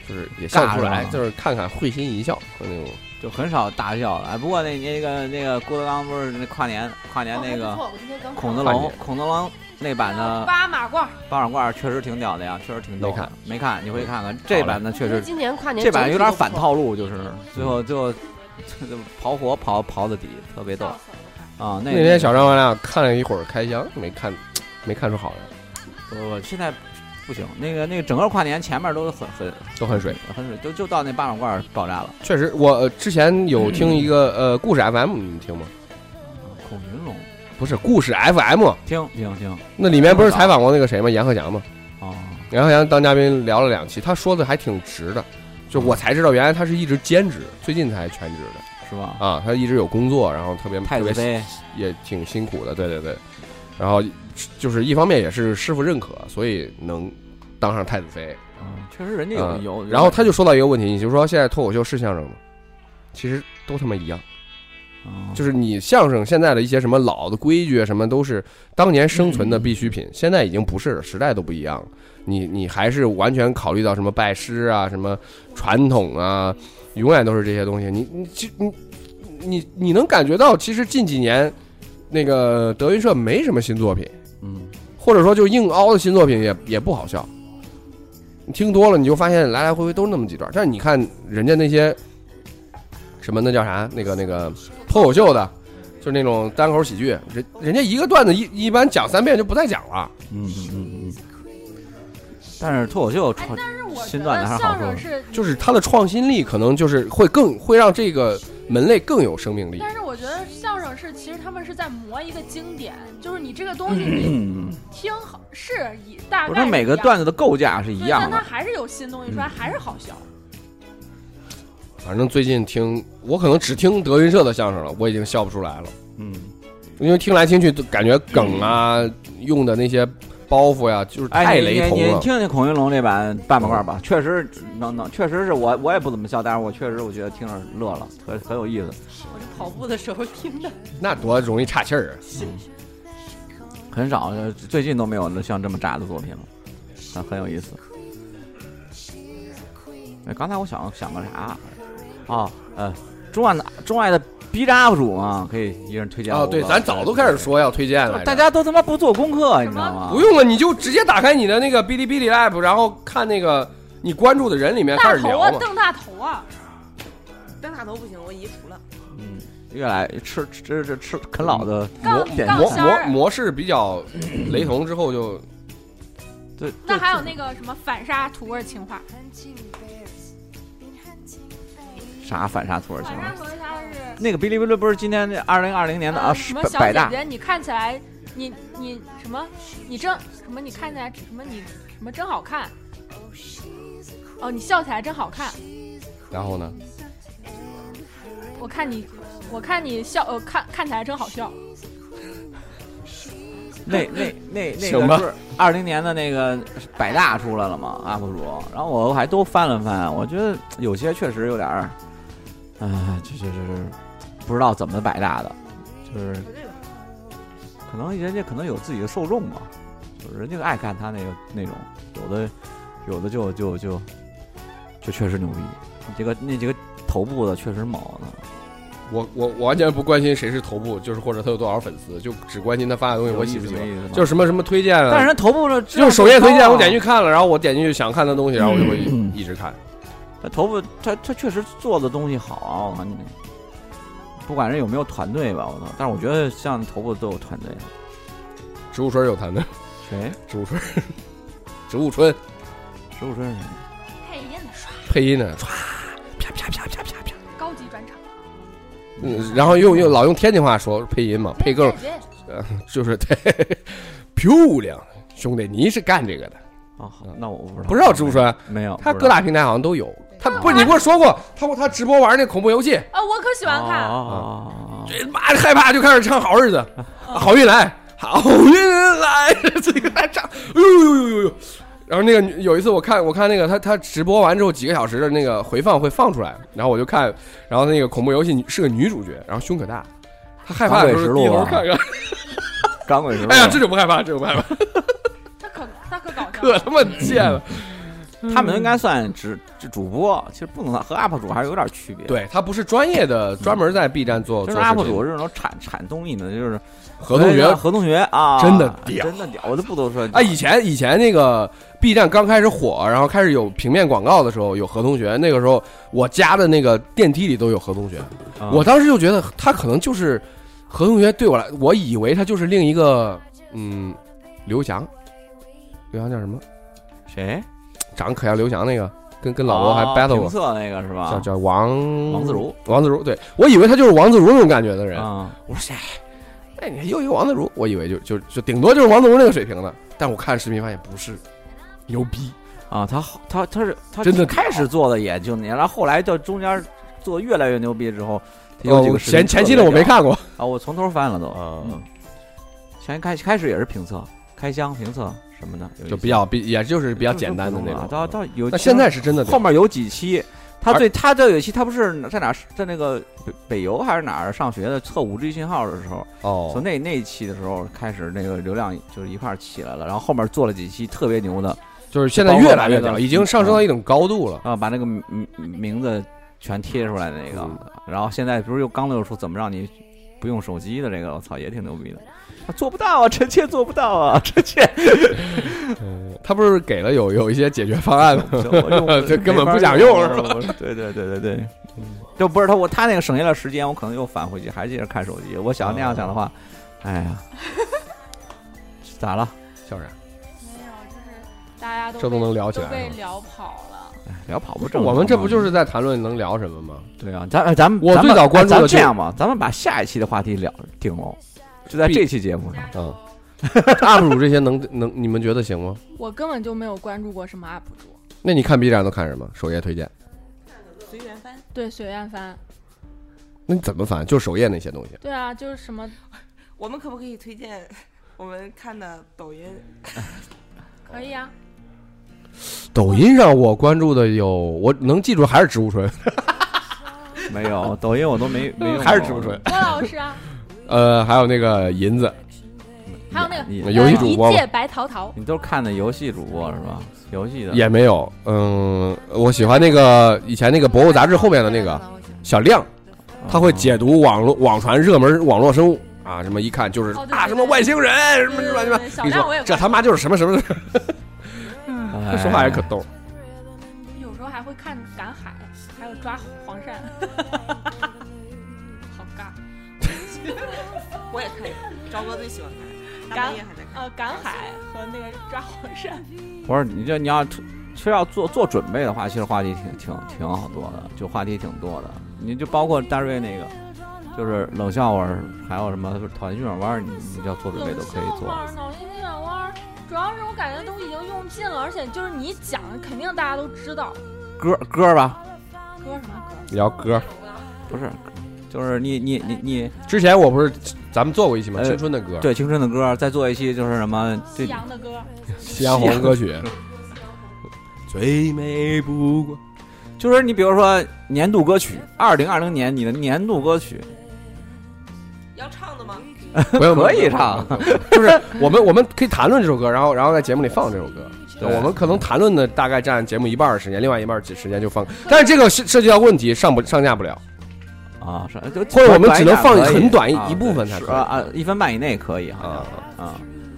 A: 就是也笑不出
D: 尬
A: 来
D: 是，吧
A: 就是看看会心一笑和那种。
D: 就很少大笑了。哎，不过那那个那个郭德纲不是那跨年跨年那
H: 哦还不
D: 个
H: 错我今天刚看
D: 孔德
H: 了
A: 跨
D: 龙
A: 年
D: 孔德龙那版的
F: 八马褂，
D: 八掌罐确实挺屌的呀，确实挺逗的。
A: 没看
D: 没看，你回去看看。这版的确
H: 因为
D: 实，
H: 今年跨年
D: 这版有点
H: 整体都
D: 反
H: 不错，
D: 套路，就是
A: 嗯
D: 最后最后 这这跑火跑跑到底，特别逗
F: 笑死我
D: 啊！那
A: 那天小张我俩看了一会儿开箱，没看没看出好来，
D: 不不，现在不行，那个那个整个跨年前面都很很
A: 都很水。
D: 很水，就就到那八掌罐爆炸了。
A: 确实，我呃之前有听一个呃故事 FM，你们听吗？嗯
D: 孔云龙，
A: 不是故事 FM，
D: 听听听
A: 那里面不是采访过那个谁吗？阎鹤祥吗？
D: 哦，
A: 阎鹤祥当嘉宾聊了两期，他说的还挺直的，就我才知道原来他是一直兼职，最近才全职的
D: 是吧？
A: 啊。他一直有工作，然后特别
D: 太
A: 特
D: 子
A: 别
D: 妃
A: 也挺辛苦的，对对对。然后就是一方面也是师傅认可，所以能当上太子妃。
D: 嗯，确实人家有
A: 嗯，
D: 有。
A: 然后他就说到一个问题，你就说现在脱口秀是相声吗？其实都他妈一样，
D: 嗯
A: 就是你相声现在的一些什么老的规矩啊，什么都是当年生存的必需品，现在已经不是了，时代都不一样了。你你还是完全考虑到什么拜师啊，什么传统啊，永远都是这些东西。你你其你你你能感觉到，其实近几年那个德云社没什么新作品，
D: 嗯，
A: 或者说就硬凹的新作品也也不好笑。你听多了，你就发现来来回回都是那么几段。但是你看人家那些什么那叫啥那个那个脱口秀的，就是那种单口喜剧，人人家一个段子一一般讲三遍就不再讲了。
D: 嗯嗯嗯嗯。但是脱口秀
F: 哎
D: 传，
F: 但是我觉
D: 新段子
F: 得
D: 还是好
F: 相
D: 说
F: 声是，
A: 就是他的创新力可能就是会更会让这个门类更有生命力。
F: 但是我觉得相声是，其实他们是在磨一个经典，就是你这个东西你
D: 嗯，
F: 听好 是以大
D: 不
F: 概
D: 是它每个段子的构架是
F: 是
D: 一
F: 一对
D: 样嗯
F: 但它
D: 的，
F: 还是有新东西出来，还是好笑。
A: 反正最近听我可能只听德云社的相声了，我已经笑不出来了。
D: 嗯，
A: 因为听来听去都感觉梗啊，用的那些包袱呀、就是
D: 哎，
A: 太
D: 你
A: 雷
D: 你
A: 同
D: 你
A: 了。嗯
D: 听听孔云龙这版半把罐吧，确实能能，确实是我我也不怎么笑，但是我确实我觉得听着乐了，很很有意思，
G: 我是跑步的时候听 的，
A: 那多容易岔气儿啊！
D: 很少呃最近都没有像这么炸的作品了，很很有意思。哎，刚才我想想个啥？哦，呃，钟爱的钟爱的 B 站 UP 主嘛，可以一人推荐五
A: 啊，
D: 个
A: 对，咱早都开始，说要推荐了，啊
D: 大家都他妈不做功课，你知道吗？
A: 不用了，你就直接打开你的那个哔哩哔哩 app，然后看那个你关注的人
D: 嗯
A: 里面开
F: 大
A: 始
F: 头
A: 聊
F: 啊，
A: 嘛。
F: 邓大头啊，
B: 灯塔头不行，我移除了。
D: 嗯，越来吃吃这这吃啃老的
F: 杠
D: 点
F: 杠
A: 模
F: 仙
A: 模
F: 儿
A: 模式比较雷同之后就，
D: 对，
F: 那还有那个什么反杀土味情话，
D: 啥反杀土耳其
F: 反
D: 吗？
F: 杀土味它是
D: 那个哔哩哔哩不是今年那二零二
A: 嗯
D: 零年的啊
F: 呃什么
D: 百
F: 小
D: 百
F: 姐
D: 大
F: 姐，你看起来你你什么你真什么你看起来什么你什么真好看。哦，你笑起来真好看，
A: 然后呢？
F: 我看你，我看你笑，呃，看看起来真好笑。
D: 那那那那
A: 行吧
D: 个是二零年的那个百大出来了嘛，UP 主，然后我还都翻了翻，我觉得有些确实有点儿，哎，这这这这不知道怎么百大的，就是可能人家可能有自己的受众吧，就是人家爱看他那个那种，有的有的就就就就确实牛逼，你这个那几个头部的确实猛
A: 我我我完全不关心谁是头部，就是或者他有多少粉丝，就只关心他发的东西我喜不喜欢，
D: 欢
A: 就是什么什么推荐啊，
D: 但是人头部的
A: 就是首页推荐，我点进
D: 去。
A: 去看了，然后我点进去想看的东西，然后我就会一
D: 嗯
A: 一直看。
D: 他头发，他他确实做的东西好啊，我看你，不管是有没有团队吧，我操！但是我觉得像头发都有团队，啊
A: 植物春有谈的，
D: 谁？
A: 植物春，植物春
D: 植物春是谁？
F: 配音的刷
A: 配音呢，
D: 啪啪啪啪啪啪！
F: 高级转场，
A: 嗯然后用用老用天津话说配音嘛，配各
F: 哎
A: 种就是 对，漂亮，兄弟，你是干这个的，
D: 哦，好，那我不知道，
A: 嗯不知道植物春，
D: 没有，
A: 他
D: 不
A: 各
D: 知道
A: 大平台好像都有。他
F: 对
A: 不是你跟我说过，他说他直播玩那恐怖游戏，
F: 啊，我可喜欢看。
A: 嗯
D: 哦哦哦哦
A: 这妈的害怕就开始唱好日子， 啊好运来，好运来， 这个还唱，哎呦呦呦呦呦。然后那个女有一次我看我看那个他他直播完之后几个小时的那个回放会放出来，然后我就看，然后那个恐怖游戏女是个女主角，然后胸可大，她害怕的时候
D: 长腿
A: 低
D: 石路
A: 头
D: 啊
A: 看看，
D: 哦钢轨是吧？
A: 哎呀这就不害怕，这就不害怕，
F: 他可他可搞 笑
A: 可
F: 了，
A: 他妈贱了。
D: 嗯他们应该算主主播，其实不能算和 UP 主还是有点区别。，
A: 对他不是专业的，专门在 B 站做
D: 嗯就
A: 做
D: 是
A: 视
D: UP
A: 频
D: 主这种产产综艺的，就是
A: 合同员
D: 合同学啊，
A: 真的屌
D: 真的屌，我就不多说
A: 啊，以前以前那个 B 站刚开始火，然后开始有平面广告的时候，有何同学。那个时候我家的那个电梯里都有何同学，
D: 啊
A: 我当时就觉得他可能就是何同学对我来，我以为他就是另一个嗯刘翔，刘翔叫什么？
D: 谁
A: 长得可像刘翔那个，跟跟老罗还 battle
D: 哦评
A: 过，
D: 测那个是吧？
A: 叫叫王
D: 啊王自，如
A: 王自如，对我以为他就是王自如那种感觉的人。
D: 啊，
A: 我说谁？哎，你又一个王自如，我以为就就就顶多就是王自如那个水平的，但我看视频发现不是，牛逼。
D: 啊，他好，他他是他
A: 真的
D: 开始做的也就那样，然后后来到中间做得越来越牛逼之后，他有几
A: 哦，
D: 个视频
A: 前前期
D: 特
A: 的
D: 别
A: 我没
D: 屌
A: 看过。
D: 啊，我从头翻了都。
A: 啊
D: 嗯，前开开始也是评测、开箱评测什么的，有一
A: 就
D: 些
A: 比较比，也就是比较
D: 就是啊
A: 简单的
D: 普
A: 那
D: 通
A: 种。嗯
D: 到到有
A: 那现在是真的
D: 后面有几期。他最他这有一期，他不是在哪儿在那个北北邮还是哪儿上学的测五 G 信号的时候，从
A: 哦，
D: 那那一期的时候开始，那个流量就是一块儿起来了。然后后面做了几期特别牛
A: 哦
D: 的，
A: 就是现在
D: 包括
A: 越来越
D: 把那
A: 屌，
D: 个嗯
A: 已经上升到一种高度了。
D: 啊，把那个名名字全贴出来的那个，
A: 嗯
D: 然后现在不是又刚又出怎么让你不用手机的这个，我操，也挺牛逼的。他做不到啊，臣妾做不到啊， 臣妾，嗯
A: 他不是给了有有一些解决方案吗？
D: 我用不
A: 这根本
D: 没法
A: 不想用嗯
D: 我
A: 是
D: 对对对对对，就不是他我他那个省下了时间，我可能又返回去还接着看手机。我想那样想
A: 哦
D: 的话，哎呀，咋了？
A: 笑啥？
F: 没有，就是大家都
A: 这都能聊起来
F: 被
A: 是吧
F: 聊跑了。
D: 哎聊跑步
A: 不是，
D: 正常吗
A: 我们这不就是在谈论能聊什么吗？
D: 对啊？咱咱们
A: 我
D: 咱们
A: 最早关注的
D: 咱
A: 就
D: 们这样吧，咱们把下一期的话题聊定了，就在
A: 必
D: 这期节目上。
A: 嗯，UP 主这些能能，你们觉得行吗？
F: 我根本就没有关注过什么 UP 主，
A: 那你看 B 站都看什么？首页推荐？
G: 随缘翻。
F: 对，随便翻。
A: 那你怎么翻？就首页那些东西。
F: 对啊，就是什么
B: 我们可不可以推荐我们看的抖音？
F: 可以啊，
A: 抖音上我关注的有，我能记住还是植物春，
D: 没有，抖音我都 没没用过，
A: 还是植物春。
F: 郭老师 啊，
A: 呃，还有那个银子，
F: 还有那个
D: 也
F: 呃
A: 游戏主播
F: 一
A: 嘛
F: 介白桃桃，
D: 你都看的游戏主播是吧？游戏的
A: 也没有。嗯，我喜欢那个以前那个《博物》杂志后面的
F: 哦
A: 那个小亮，他会解读网络网传热门网络生物啊，什么一看就是
F: 哦对
A: 啊
F: 对
A: 什么
F: 对
A: 外星人什么
F: 对
A: 什么
F: 对
A: 什么
F: 对，小
A: 跟你
F: 亮我
A: 说
F: 也
A: 这
F: 关
A: 他妈就是什么什么，什么
D: 哎
A: 这说话也可
F: 哎
A: 逗。
F: 有时候还会看赶海，还有抓黄鳝， 好尬。
B: 我也看，朝哥最喜欢看，大半夜还在看。
F: 呃，赶海和那个抓黄鳝，
D: 不是你这你要突其实要做做准备的话，其实话题挺挺挺好多的，就话题挺多的。你就包括大瑞那个，就是冷笑话儿，还有什么讨厌剧转弯儿，你你要做准备都可以
F: 冷笑
D: 做。
F: 话、脑筋急转弯儿，主要是我感觉都已经用尽了，而且就是你讲，肯定大家都知道。
D: 歌歌吧，
F: 歌什么歌？
A: 聊歌，
D: 不是就是你你你你
A: 之前我不是咱们做过一期
F: 哎
A: 吗？
D: 呃
A: 青春的歌，，
D: 对青春的歌，再做一期就是什么对
F: 夕阳的歌，
A: 夕阳红歌曲，最美不过。
D: 就是你比如说年度歌曲，二零二零年你的年度歌曲，
G: 要唱的吗？
A: 不用
D: 可以 唱，
A: 不用不用就是我们我们可以谈论这首歌，然后然后在节目里放这首歌。
D: 对
A: 我们可能谈论的大概占节目一半儿的时间，另外一半儿时间就放。但是这个涉涉及到问题，上不上架不了，
D: 啊，是就
A: 或者我们只能放
D: 可以
A: 很短一
D: 啊
A: 一部分才
D: 是
A: 可以
D: 啊啊，一分半以内可以
A: 啊
D: 好。
F: 嗯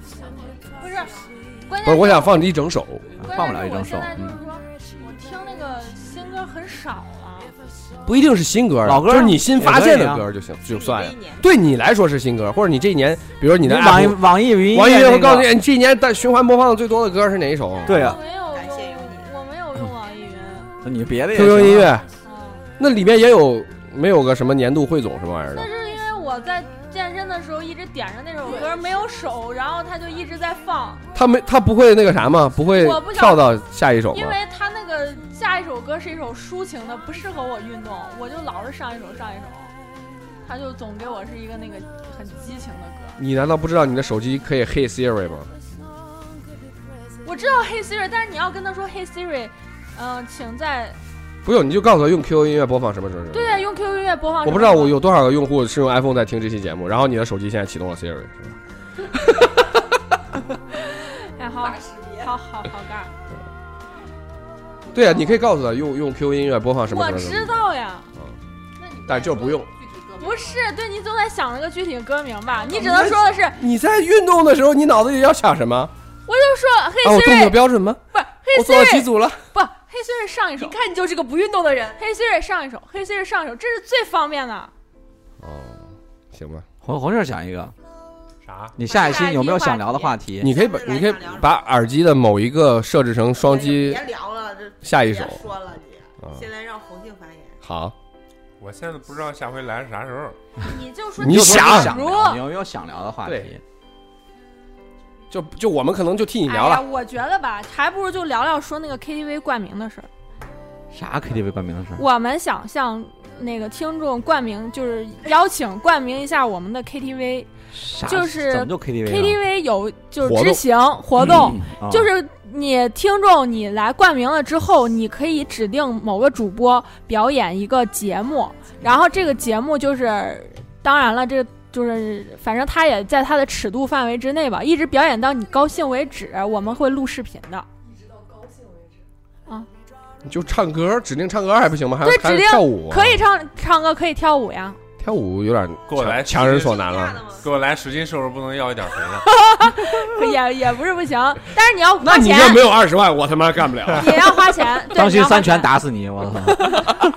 D: 像啊，
F: 不是，关键
A: 不是，我想放一整首。
F: 关键
D: 啊放不了
F: 是
D: 一整首
F: 我现在就
D: 嗯
F: 是说，我听那个新歌很少了，
A: 不一定是新歌啊，
D: 老歌
A: 就是你新发现
D: 也
A: 的
D: 可以啊
A: 歌就行，就算
G: 这
A: 呀
G: 一。年
A: 对你来说是新歌，或者你这一年，比如你的
D: 网易
A: app
D: 网易云
A: 网易
D: 乐
A: 云
D: 那
A: 会
D: 个
A: 告诉你，你这一年的循环播放的最多的歌是哪一首？
D: 对啊
F: 我，没有
G: 感谢有
F: 用，
G: 你
F: 我没有用网易云，
D: 你别的也
A: ，QQ
D: 行
A: 音
D: 啊
A: 乐，
F: 嗯，
A: 那里面也有没有个什么年度汇总什么玩意儿的
F: 但？是因为我在健身的时候一直点上那首歌，没有手，然后它就一直在放，
A: 他没他不会那个啥吗？不会
F: 我不想
A: 跳到下一首
F: 因
A: 吗？
F: 为它那个下一首歌是一首抒情的，不适合我运动，我就老是上一首上一首，它就总给我是一个那个很激情的歌。
A: 你难道不知道你的手机可以 Hey Siri 吗？
F: 我知道 Hey Siri，但是你要跟他说 Hey Siri，嗯、请在
A: 不用，你就告诉他用 QQ 音乐播放什么什么什么。
F: 对啊呀、用 QQ 音乐播放。
A: 我不知道我有多少个用户是用 iPhone 在听这期节目，然后你的手机现在启动了 Siri，是吧？
F: 哎，好，好好好干。
A: 对啊，你可以告诉他用用 QQ 音乐播放什么
F: 我
A: 什么什
F: 知
A: 么，
F: 道呀，
A: 但就是不用。
F: 不是，对你总得想着个具体歌名吧？
A: 啊
F: 你只能说的是，
A: 你在运动的时候，你脑子里要想什么？啊，
F: 我就说 Hey
A: 我动
F: Siri，、
A: 作标准吗？
F: 不是
A: 我
F: Hey
A: 做到几
F: Siri，
A: 组了？
F: 不 Hey Siri 上一首
G: 你看你就是个不运动的人，
F: ，Hey Siri 上一首，Hey Siri 上一首，这是最方便的。
A: 哦，行吧，
D: 红红杏想一个，
C: 啥？
D: 你下一期有没有想聊的话题？
A: 你可以把
B: 是来
A: 你可以
B: 想聊什么
A: 把耳机的某一个设置成双击
B: 别聊了，这
A: 下一
B: 别
A: 首。
B: 说了你。
A: 啊，
B: 现在让红杏发言，
A: 好，
C: 我现在不知道下回来是啥时候。
F: 你就说
A: 你
D: 就说
A: 想啊
D: 聊
F: 如
D: 你有没有想聊的话题
A: 对？就就我们可能就替你聊啊
F: 哎呀，
A: 了。
F: 我觉得吧，还不如就聊聊说那个 KTV 冠名的事儿。
D: 啥 KTV 冠名的事儿？
F: 我们想向那个听众冠名，就是邀请冠名一下我们的 KTV。
D: 啥
F: 就是
D: 怎么就 KTV 了
F: KTV 有就
A: 啊活动
F: 是执行活动，
D: 嗯啊
F: 就是你听众你来冠名了之后，你可以指定某个主播表演一个节目，然后这个节目就是，当然了，这个就是反正他也在他的尺度范围之内吧，一直表演到你高兴为止。我们会录视频的。
A: 就唱歌，指定唱歌还不行吗？还
F: 对
A: 还
F: 指定
A: 跳舞啊、
F: 可以唱唱歌，可以跳舞呀。
A: 跳舞有点
C: 给我来
A: 强强人所难
B: 大的
A: 了。
B: 吗？
C: 给我来十斤瘦肉不能要一点肥了。
F: 也也不是不行，但是你要
A: 那
F: 花
A: 你
F: 钱
A: 这，没有二十万，我他妈干不 了。
F: 也要花钱。对
D: 当
F: 你
D: 心
F: 要花
D: 三拳
F: 钱
D: 打死你！我 操，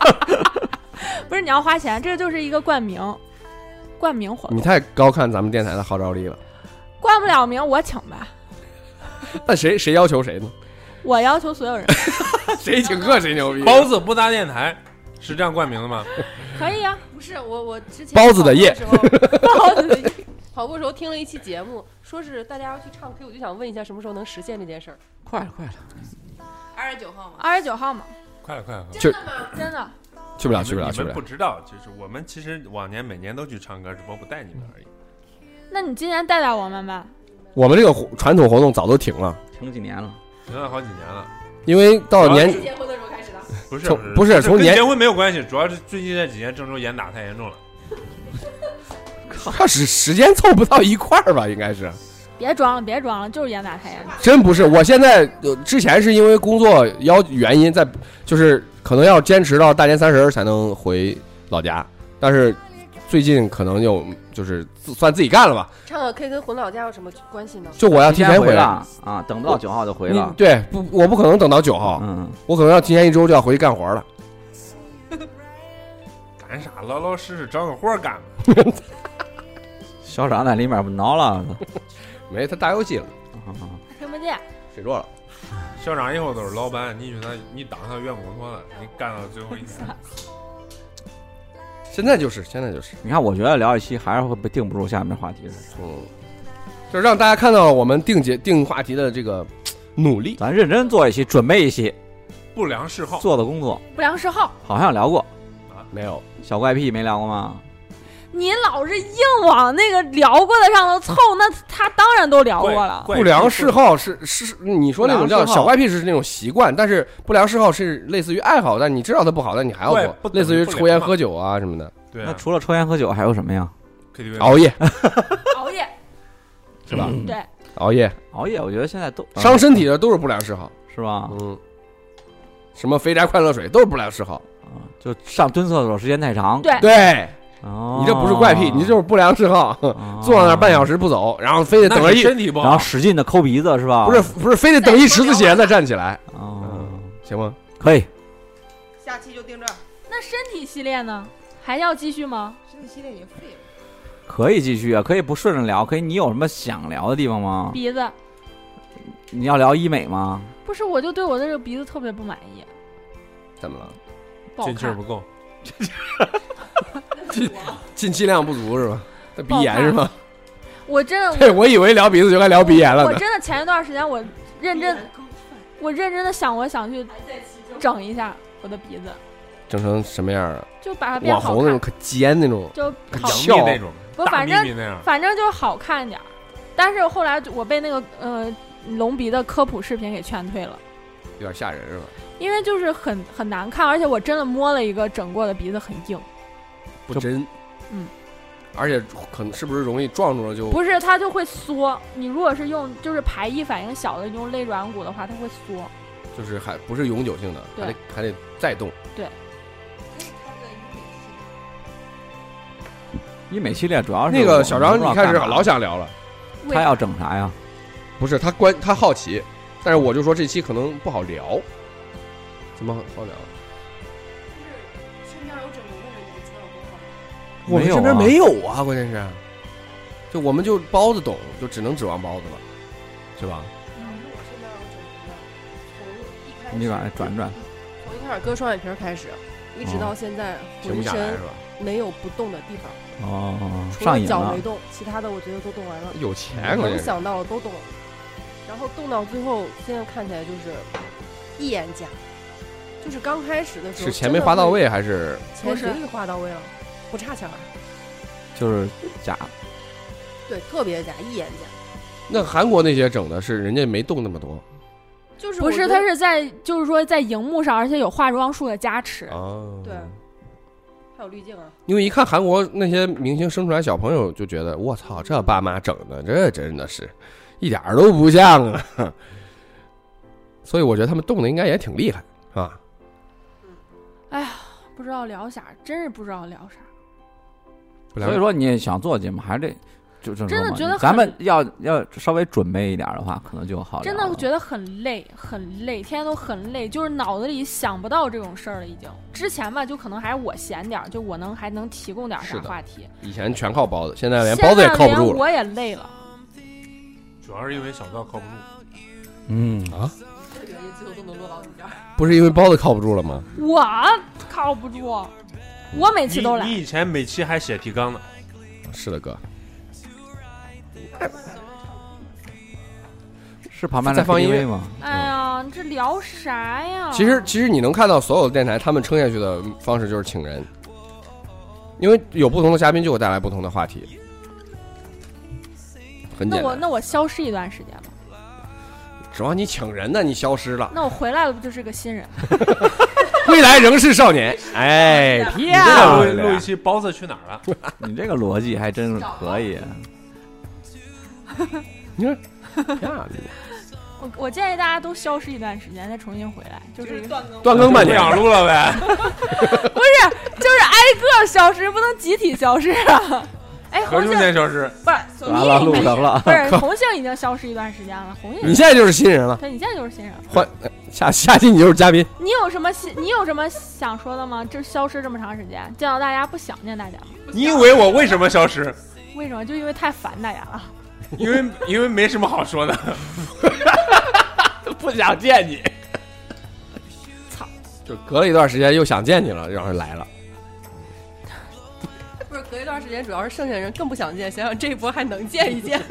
F: 不是你要花钱，这就是一个冠名，冠名活
A: 你
F: 动，
A: 太高看咱们电台的号召力了。
F: 冠不了名我请吧，
A: 那谁谁要求谁呢？
F: 我要求所有人
A: 谁请客谁牛逼。
C: 包子不搭电台，是这样冠名的吗？
F: 可以啊。
H: 不是我，我之前
A: 包子的夜
H: 跑 步时候，包子的夜，跑步的时候听了一期节目，说是大家要去唱 K，我就想问一下什么时候能实现这件事儿。
D: 快了快了，
G: 二十九号嘛，
F: 二十九号嘛，
C: 快了快了，快
A: 就
C: 了
F: 真的，
A: 去不了，去不了，
C: 你
A: 去
C: 们
A: 不
C: 你们不
A: 了。
C: 知道，就是我们其实往年每年都去唱歌，只不过不带你们 而已。
F: 那你今年带带我们吧。
A: 我们这个活传统活动早都停了，
D: 停几年了，
C: 停了好几年了，
A: 因为到了年
C: 主
H: 结婚的时候开始的，
C: 不是
A: 从不是
C: 这
A: 从
C: 跟
A: 年
C: 结婚没有关系，主要是最近这几年郑州严打太严重了。
A: 他时时间凑不到一块儿吧，应该是
F: 别装了，别装了，就是严打太严。
A: 真不是。我现在呃之前是因为工作要原因在，就是可能要坚持到大年三十儿才能回老家，但是最近可能又就是自算自己干了吧，
H: 唱个 K 跟回老家有什么关系呢？
A: 就我要提前
D: 回
A: 回来。
D: 了啊，等不到九号就回
A: 你
D: 了。
A: 对不？我不可能等到九号，
D: 嗯，
A: 我可能要提前一周就要回去干活了。
C: 干啥？老老实实找个活儿干吧。
D: 校长在里面不挠了，
A: 没，他打游戏了，
F: 听不见，
A: 睡着了。
C: 校长以后都是老板，你给他，你当他员工多了，你干到最后一天，
A: 现在就是，现在就是，
D: 你看，我觉得聊一期还是会不定不住下面话题的。
A: 嗯，就是让大家看到我们定节定话题的这个努力。
D: 咱认真做一期，准备一期
C: 不良嗜好
D: 做的工作，
F: 不良嗜好，
D: 好像聊过
C: 啊，
A: 没有，
D: 小怪癖没聊过吗？
F: 你老是硬往那个聊过的上头凑，那他当然都聊过了。
A: 不良嗜好是是，你说那种
D: 不
A: 叫
D: 良嗜好
A: 小怪癖是那种习惯，但是不良嗜好是类似于爱好，但你知道它不好，但你还要
C: 对
A: 做，
C: 不
A: 类似于
C: 不
A: 抽烟
C: 不
A: 喝酒啊什么的，
C: 对
D: 那
C: 啊
D: 除了抽烟喝酒还有什么呀？
C: ，KTV
A: 熬夜
F: 熬夜，
A: 是吧？
F: 对，
A: 熬夜
D: 熬夜，我觉得现在都
A: 伤嗯身体的都是不良嗜好，
D: 是吧？
A: 嗯，什么肥宅快乐水都是不良嗜好，
D: 啊，就上蹲厕所时间太长。
F: 对
A: 对
D: 哦，
A: 你这不是怪癖，你这就是不良嗜好，坐在那儿半小
D: 时，
A: 时不走，然后非得等
C: 那
A: 着
C: 是
A: 一
C: 身啊体不
D: 然后
C: 好，
D: 使劲的抠鼻子是吧？
A: 不是，不是非得等一池子鞋再站起来，
D: 哦，
A: 行吗？
D: 可以，
B: 下期就定这儿。
F: 那身体系列呢？还要继续吗？
B: 身体系列已经废了，
D: 可以继续啊，可以不顺着聊，可以。你有什么想聊的地方吗？
F: 鼻子
D: 你要聊医美吗？
F: 不是，我就对我的这个鼻子特别不满意，
A: 怎么了？
F: 不好
C: 进气儿
F: 看
C: 不。够，
A: 进气量不足是吧？那鼻
F: 不好
A: 炎
F: 看
A: 是吗？
F: 我真的，
A: 对，我以为聊鼻子就该聊鼻炎了
F: 嗯我
A: 呢。
F: 真的前一段时间我认真，我认真的想，我想去整一下我的鼻子，
A: 整成什么样啊？
F: 就把它变
A: 网
F: 好
A: 红那种
F: 看，
A: 可尖那种，
F: 就好
A: 小
C: 杨幂
A: 笑
C: 那种，
F: 不
C: 大
F: 反
C: 幂
F: 正
C: 幂那样，
F: 反正就是好看点儿。但是后来我被那个呃隆鼻的科普视频给劝退了，
A: 有点吓人是吧？
F: 因为就是很很难看，而且我真的摸了一个整过的鼻子很硬，
A: 不真，
F: 嗯，
A: 而且可能是不是容易撞住了就
F: 不是它就会缩。你如果是用就是排异反应小的用肋软骨的话，它会缩。
A: 就是还不是永久性的，
F: 对
A: 还得还得再动。
D: 医美系列主要是
A: 那个
D: 我
A: 小张一开始老
D: 想
A: 想聊了，
F: 为
D: 他要整啥呀？
A: 不是他关他好奇，但是我就说这期可能不好聊，怎么好聊？
H: 身边有整容的人，你知
A: 我
H: 道多好。
A: 们
D: 没有
A: 这边
D: 啊
A: 没有啊，关键是，就我们就包子懂，就只能指望包子了，是吧？
H: 我身边有整容的，从一开始
D: 你把它转转，
H: 从一开始割双眼皮儿开始，一直到现在
A: 停
H: 浑
A: 哦不下来
H: 身
A: 是吧？
H: 没有不动的地方，
D: 哦，
H: 除
D: 上
H: 了
D: 瘾
H: 脚
D: 了
H: 没，动，其他的我觉得都动完了，
A: 有钱啊关
H: 能
A: 键是
H: 想到的都动了。然后动到最后，现在看起来就是一眼假，就是刚开始的时候
A: 是钱没花到，位还是
H: 真的会
F: 不是
H: 钱绝对花到位了，不差钱儿，
D: 就是假
H: 对，特别假，一眼假，
A: 那韩国那些整的是人家没动那么多
H: 就是
F: 不
H: 我
F: 是，
H: 觉得
F: 它是在就是说在荧幕上，而且有化妆术的加持。
A: 啊
H: 对还有滤镜啊，
A: 因为一看韩国那些明星生出来小朋友，就觉得我操，这爸妈整的，这真的是一点儿都不像啊。 所以我觉得他们动的应该也挺厉害啊。
F: 哎呀，不知道聊啥，真是不知道聊啥。
A: 不
D: 所以
A: 良
D: 说你想做节目还得就这种
F: 真的
D: 嘛
F: 觉得
D: 咱
F: 很
D: 们要要稍微准备一点的话，可能就好聊
F: 真
D: 了。
F: 的觉得很累，很累，天天都很累，就是脑子里想不到这种事儿了。已经之前吧，就可能还是我闲点儿，就我能还能提供点儿
A: 是
F: 啥
A: 的
F: 话题。
A: 以前全靠包子，现在连
F: 现
A: 包
F: 在
A: 子也靠不
F: 连
A: 住了。
F: 我也累了。
C: 主要是因为小道靠不住，
D: 嗯，
H: 最后都能落到你这儿。
A: 不是因为包子靠不住了吗？
F: 我靠不住，我每次都
C: 你
F: 来。
C: 你以前每期还写提纲呢，
A: 是的，哥，
D: 是旁边的
A: 再放音乐
D: KTV 吗？
F: 哎呀，你这聊啥呀？
A: 其实其实你能看到所有的电台，他们撑下去的方式就是请人，因为有不同的嘉宾就会带来不同的话题，很
F: 那
A: 简
F: 我
A: 单。
F: 那我消失一段时间吧。
A: 指望你请人呢，你消失了。
F: 那我回来了不就是个新人？
A: 未来仍是少年。 哎，
C: 你
A: 漂
C: 这
A: 亮！
C: 个录录一期包子去哪儿了？
D: 你这个逻辑还真是可以。
A: 你说漂亮，
F: 我我建议大家都消失一段时间，再重新回来，就是一个
A: 断更吧你
C: 不。想录了呗。
F: 就是挨个消失，不能集体消失啊！ 哎，
C: 何
F: 红
C: 中
F: 杏
C: 间消失，
B: 不是，
D: 完了，录不成了。
F: 不是红杏已经消失一段时间了，红
A: 啊你
F: 杏，
A: 现在就是新人了，
F: 对，你现在就是新人。
A: 换下下期你就是嘉宾。
F: 你有什么新？你有什么想说的吗？这消失这么长时间，见到大家不想念大家吗？
C: 你以为我为什么消失？
F: 为什么？就因为太烦大家了。
C: 因为因为没什么好说的，
A: 不想见你，
F: 操！
A: 就隔了一段时间又想见你了，然后来了。
H: 不是隔一段时间，主要是剩下人更不想见，想想这一波还能见一见。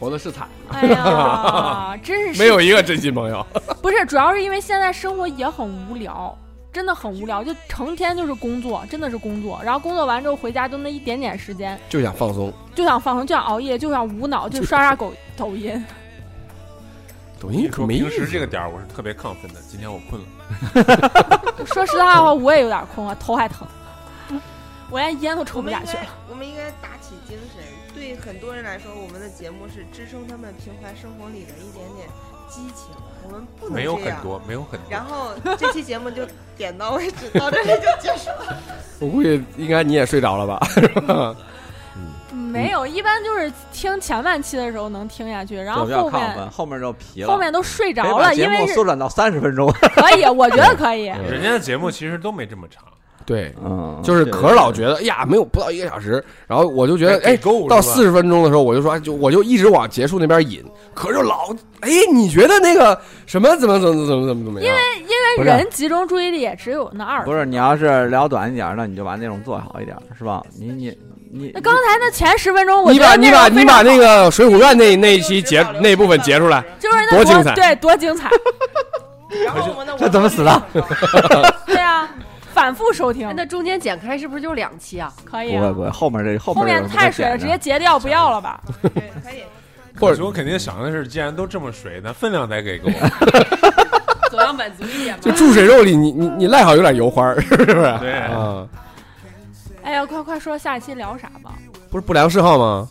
A: 活的是惨，
F: 哎呀，真是
A: 没有一个真心朋友。
F: 不是，主要是因为现在生活也很无聊，真的很无聊，就成天就是工作，真的是工作。然后工作完之后回家就那一点点时间，
A: 就想放松。
F: 就想放松，就想熬夜，就想无脑，就刷刷狗抖音。
A: 抖
C: 你
A: 音可
C: 说
A: 没意
C: 平
A: 思
C: 时这个点儿我是特别亢奋的，今天我困了。
F: 说实在话，我也有点困啊，头还疼，我连烟都抽
B: 我
F: 不
B: 们
F: 下
B: 应
F: 去
B: 该
F: 了。，
B: 我们应该打起精神。对很多人来说，我们的节目是支撑他们平凡生活里的一点点激情。我们不能
C: 没有
B: 这
C: 很
B: 样。
C: 多，没有很多
B: 然。后这期节目就点到为止，到这里就结束了。
A: 我估计应该你也睡着了吧？
F: 没有，一般就是听前半期的时候能听下去，然后
D: 比较
F: 后
D: 亢
F: 面
D: 奋，后面就疲了。
F: 后面都睡
D: 可以
F: 着
D: 把
F: 了，
D: 节
F: 因为
D: 目
F: 是
D: 缩短到三十 分钟。
F: 可以，我觉得 可以。
C: 人家的节目其实都没这么长，
A: 对，
C: 啊
D: 嗯，
A: 就是
D: 对
A: 可是老觉得哎呀，没有不到一个小时，然后我就觉得哎
C: 给，够
A: 到
C: 是吧
A: 四十分钟的时候，我就说，哎就我就一直往结束那边引，可是就老哎，你觉得那个什么怎么怎么怎么怎么怎么样？
F: 因为人集中注意力也只有那二十
D: 不是你要是聊短一点，那你就把内容做好一点，是吧？你你你
F: 那刚才那前十分钟，我
A: 你
F: 觉
A: 把
F: 得
A: 你
F: 内
A: 把
F: 容
A: 你
F: 非
A: 把
F: 常
A: 那个《水浒传》那那一期截那部分截出来，
F: 就是那
A: 多精彩
F: 对，多精彩，
B: 然后我们的
D: 这怎么死的？
F: 对啊，反复收听
H: 哎那中间剪开是不是就是两期啊？
F: 可以
D: 不会
F: 啊
D: 不。会，后面这后
F: 后面
D: 这
F: 太水了，直接截掉不要了吧？
B: 对，可以。
A: 或者
C: 我肯定想的是，既然都这么水，那分量得给够。
H: 总要满足一点
A: 就注水肉里你你你赖好有点油花儿，是不是？
C: 对
A: 啊，
F: 哎呀，快快说下一期聊啥吧？
A: 不是不良嗜好吗？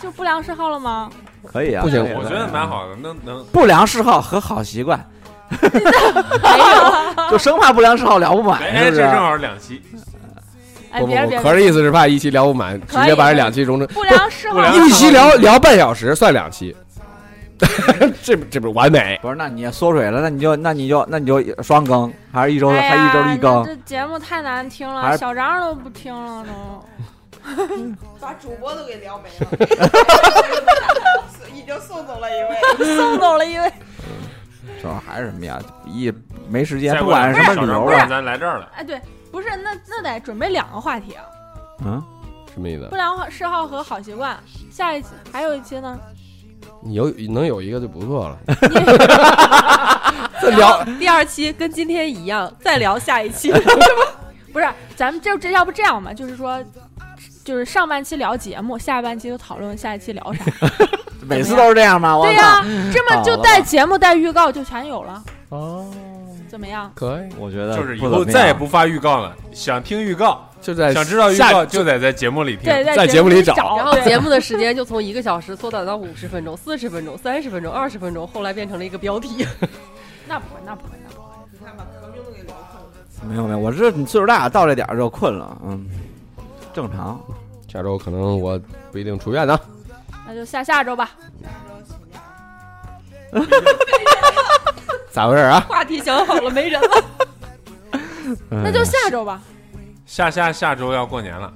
F: 就不良嗜好了吗？
D: 可以啊，
A: 不行
D: 可以
C: 我觉得蛮。好的，能能
D: 不良嗜好和好习 惯，
F: 没有，
D: 就生怕不良嗜好聊不满，
C: 哎，
D: 是
C: 这
D: 不是？啊
C: 正好两期，
F: 哎，
A: 不不
F: 别
A: 不
F: 别，，
A: 可
F: 别
A: 是意思是怕一期聊不满，直接把这两期融成
F: 不良嗜好
C: 不良
A: 一期聊聊半小时算两期， 这不这不是完美？
D: 不是，那你也缩水了，那你就那你就那你就双更，还是一周、
F: 哎
D: 还
F: 呀，
D: 一周一
F: 那
D: 更？
F: 这节目太难听
D: 还
F: 了，
D: 是
F: 小张都不听了都。
B: 把主播都给聊没了，已经送走了一位。
F: 送走了一位。
D: 主要还是什么呀？一没时间，
C: 再
D: 不
C: 过两
D: 管
C: 期
D: 是什么理由啊
C: 小张不然
D: 了，
C: 咱来这儿了。
F: 哎，对，不是，那那得准备两个话题啊，
D: 嗯，
A: 什么意思
F: 不？良嗜好和好习惯。下一期还有一期呢，
A: 你有能有一个就不错了。
H: 这聊第二期跟今天一样，再聊下 一期。
F: 不是，咱们就这要不这样吧，就是说。就是上半期聊节目，下半期就讨论下一期聊啥。
D: 每次都是这样吗？我
F: 对呀、
D: 操！
F: 这么就带节目带预告就全有了，
A: 哦，
F: 怎么样？
A: 可以，
D: 我觉得
C: 就是以
D: 不
C: 后
D: 怎么样哎
C: 再也不发预告了，想听预告，
A: 就在
C: 想知道预
A: 下
C: 告就得在节目里听。
F: 对，
A: 在
F: 节
A: 节目里
F: 找，
A: 找
H: 然后
F: 对
H: 节目的时间就从一个小时缩短到五十分钟、四十分钟、三十分钟、二十分钟，后来变成了一个标题。
F: 那不会，那不会，那不会。
D: 没有没有，我这你岁数大到这点儿就困了，嗯，正常。
A: 下周可能我不一定出院呢。
F: 哦那就下下周吧。
A: 嗯咋回事啊？
H: 话题想好了，没 人了。
D: 那嗯
F: 那就下周吧。
C: 下下下周要过年了，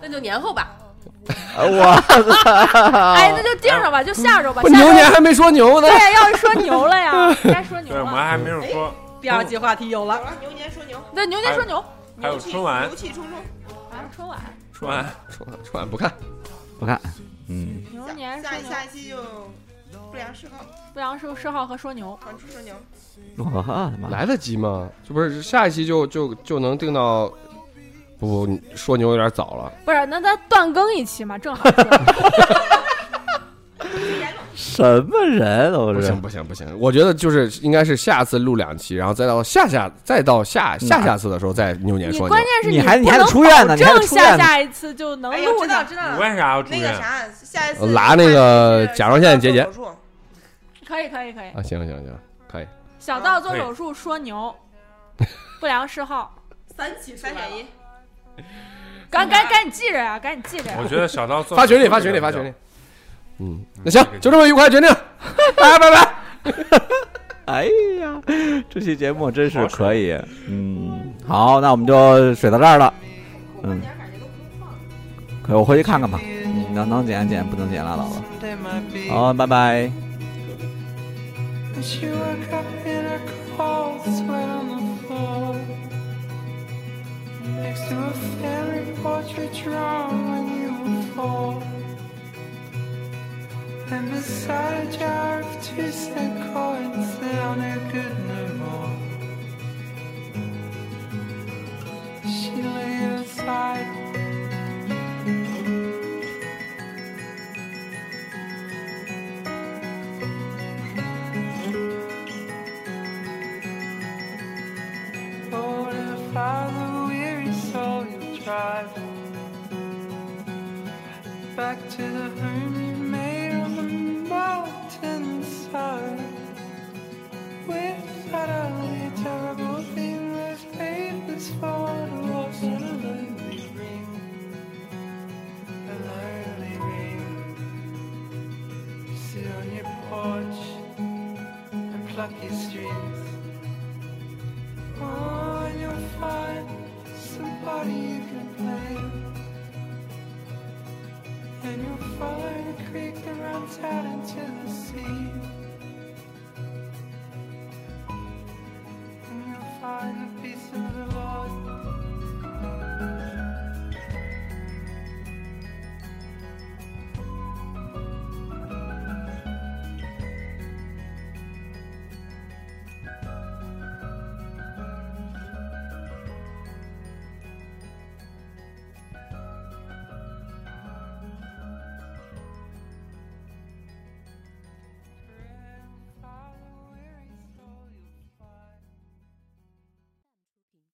H: 那就年后吧。
D: 啊 我
F: 哎，那就定上吧，就下周吧。
A: 啊不
F: 下
A: 牛年
F: 周
A: 还没说牛 呢。
F: 对，要是说牛了 呀，该说牛
C: 对，我们
F: 了。
C: 还没有说，
H: 第二期话题有
B: 好
H: 了，
B: 了，牛年说牛，
F: 对，牛年说牛，
C: 还有
B: 牛气
C: 春晚
B: 牛气冲冲。
F: 啊，春晚。
C: 春晚
A: 春晚春晚不看，
D: 不看，嗯，
F: 牛年说
B: 下
F: 牛
B: 下一期就不良嗜好，
F: 不良嗜嗜好和说牛，
B: 好吃说
F: 哦
B: 牛。
D: 我他妈
A: 来得及吗？这不是下一期就就就能定到？不不，你说牛有点早了。
F: 不是？那咱断更一期嘛，正好说。
D: 什么人都
A: 不
D: 是
A: 行不行不行，我觉得就是应该是下次录两期，然后再到下下再到下下下次的时候再牛年
F: 嗯你
A: 说牛
F: 关。键是
D: 你还
F: 不
D: 你还
F: 能
D: 得出院
F: 保
D: 呢你还得
F: 证
D: 出院
F: 下
D: 呢
F: 下一次就能
B: 哎呀，
F: 录
B: 知道
F: 上，
B: 知
C: 你
B: 道了，
C: 为啥要啊住
B: 那个
C: 院？
B: 啥，下一次
A: 拉呃那个甲状腺结节
B: 手术
F: 可以可以可以。
A: 啊，行行行，可以。
F: 小
C: 啊
F: 到做手术说 牛，不良嗜好，
H: 三期
B: 三减一，嗯
F: 赶赶赶紧记着呀，赶紧记着呀
C: 我。觉得小刀做
A: 发群里发群里发群里。嗯，那行，就这么愉快决定， 大家拜拜。
D: 哎呀，这期节目真是可以，嗯，好，那我们就水到这儿了，嗯，可我回去看看吧，嗯能能剪剪，不能剪拉倒吧，
I: They might be.
D: 好，拜拜。
I: But you wake up in a cold sweat on the floor. Next to a fairy portrait drawn when you were four. And beside a jar of two cent coins, they are no good no more. by the weary soul you're driving back to the home you made on the mountain side. With that ugly, terrible thing that's made this photo was a lonely ring, a lonely ring. Sit on your porch and pluck your strings.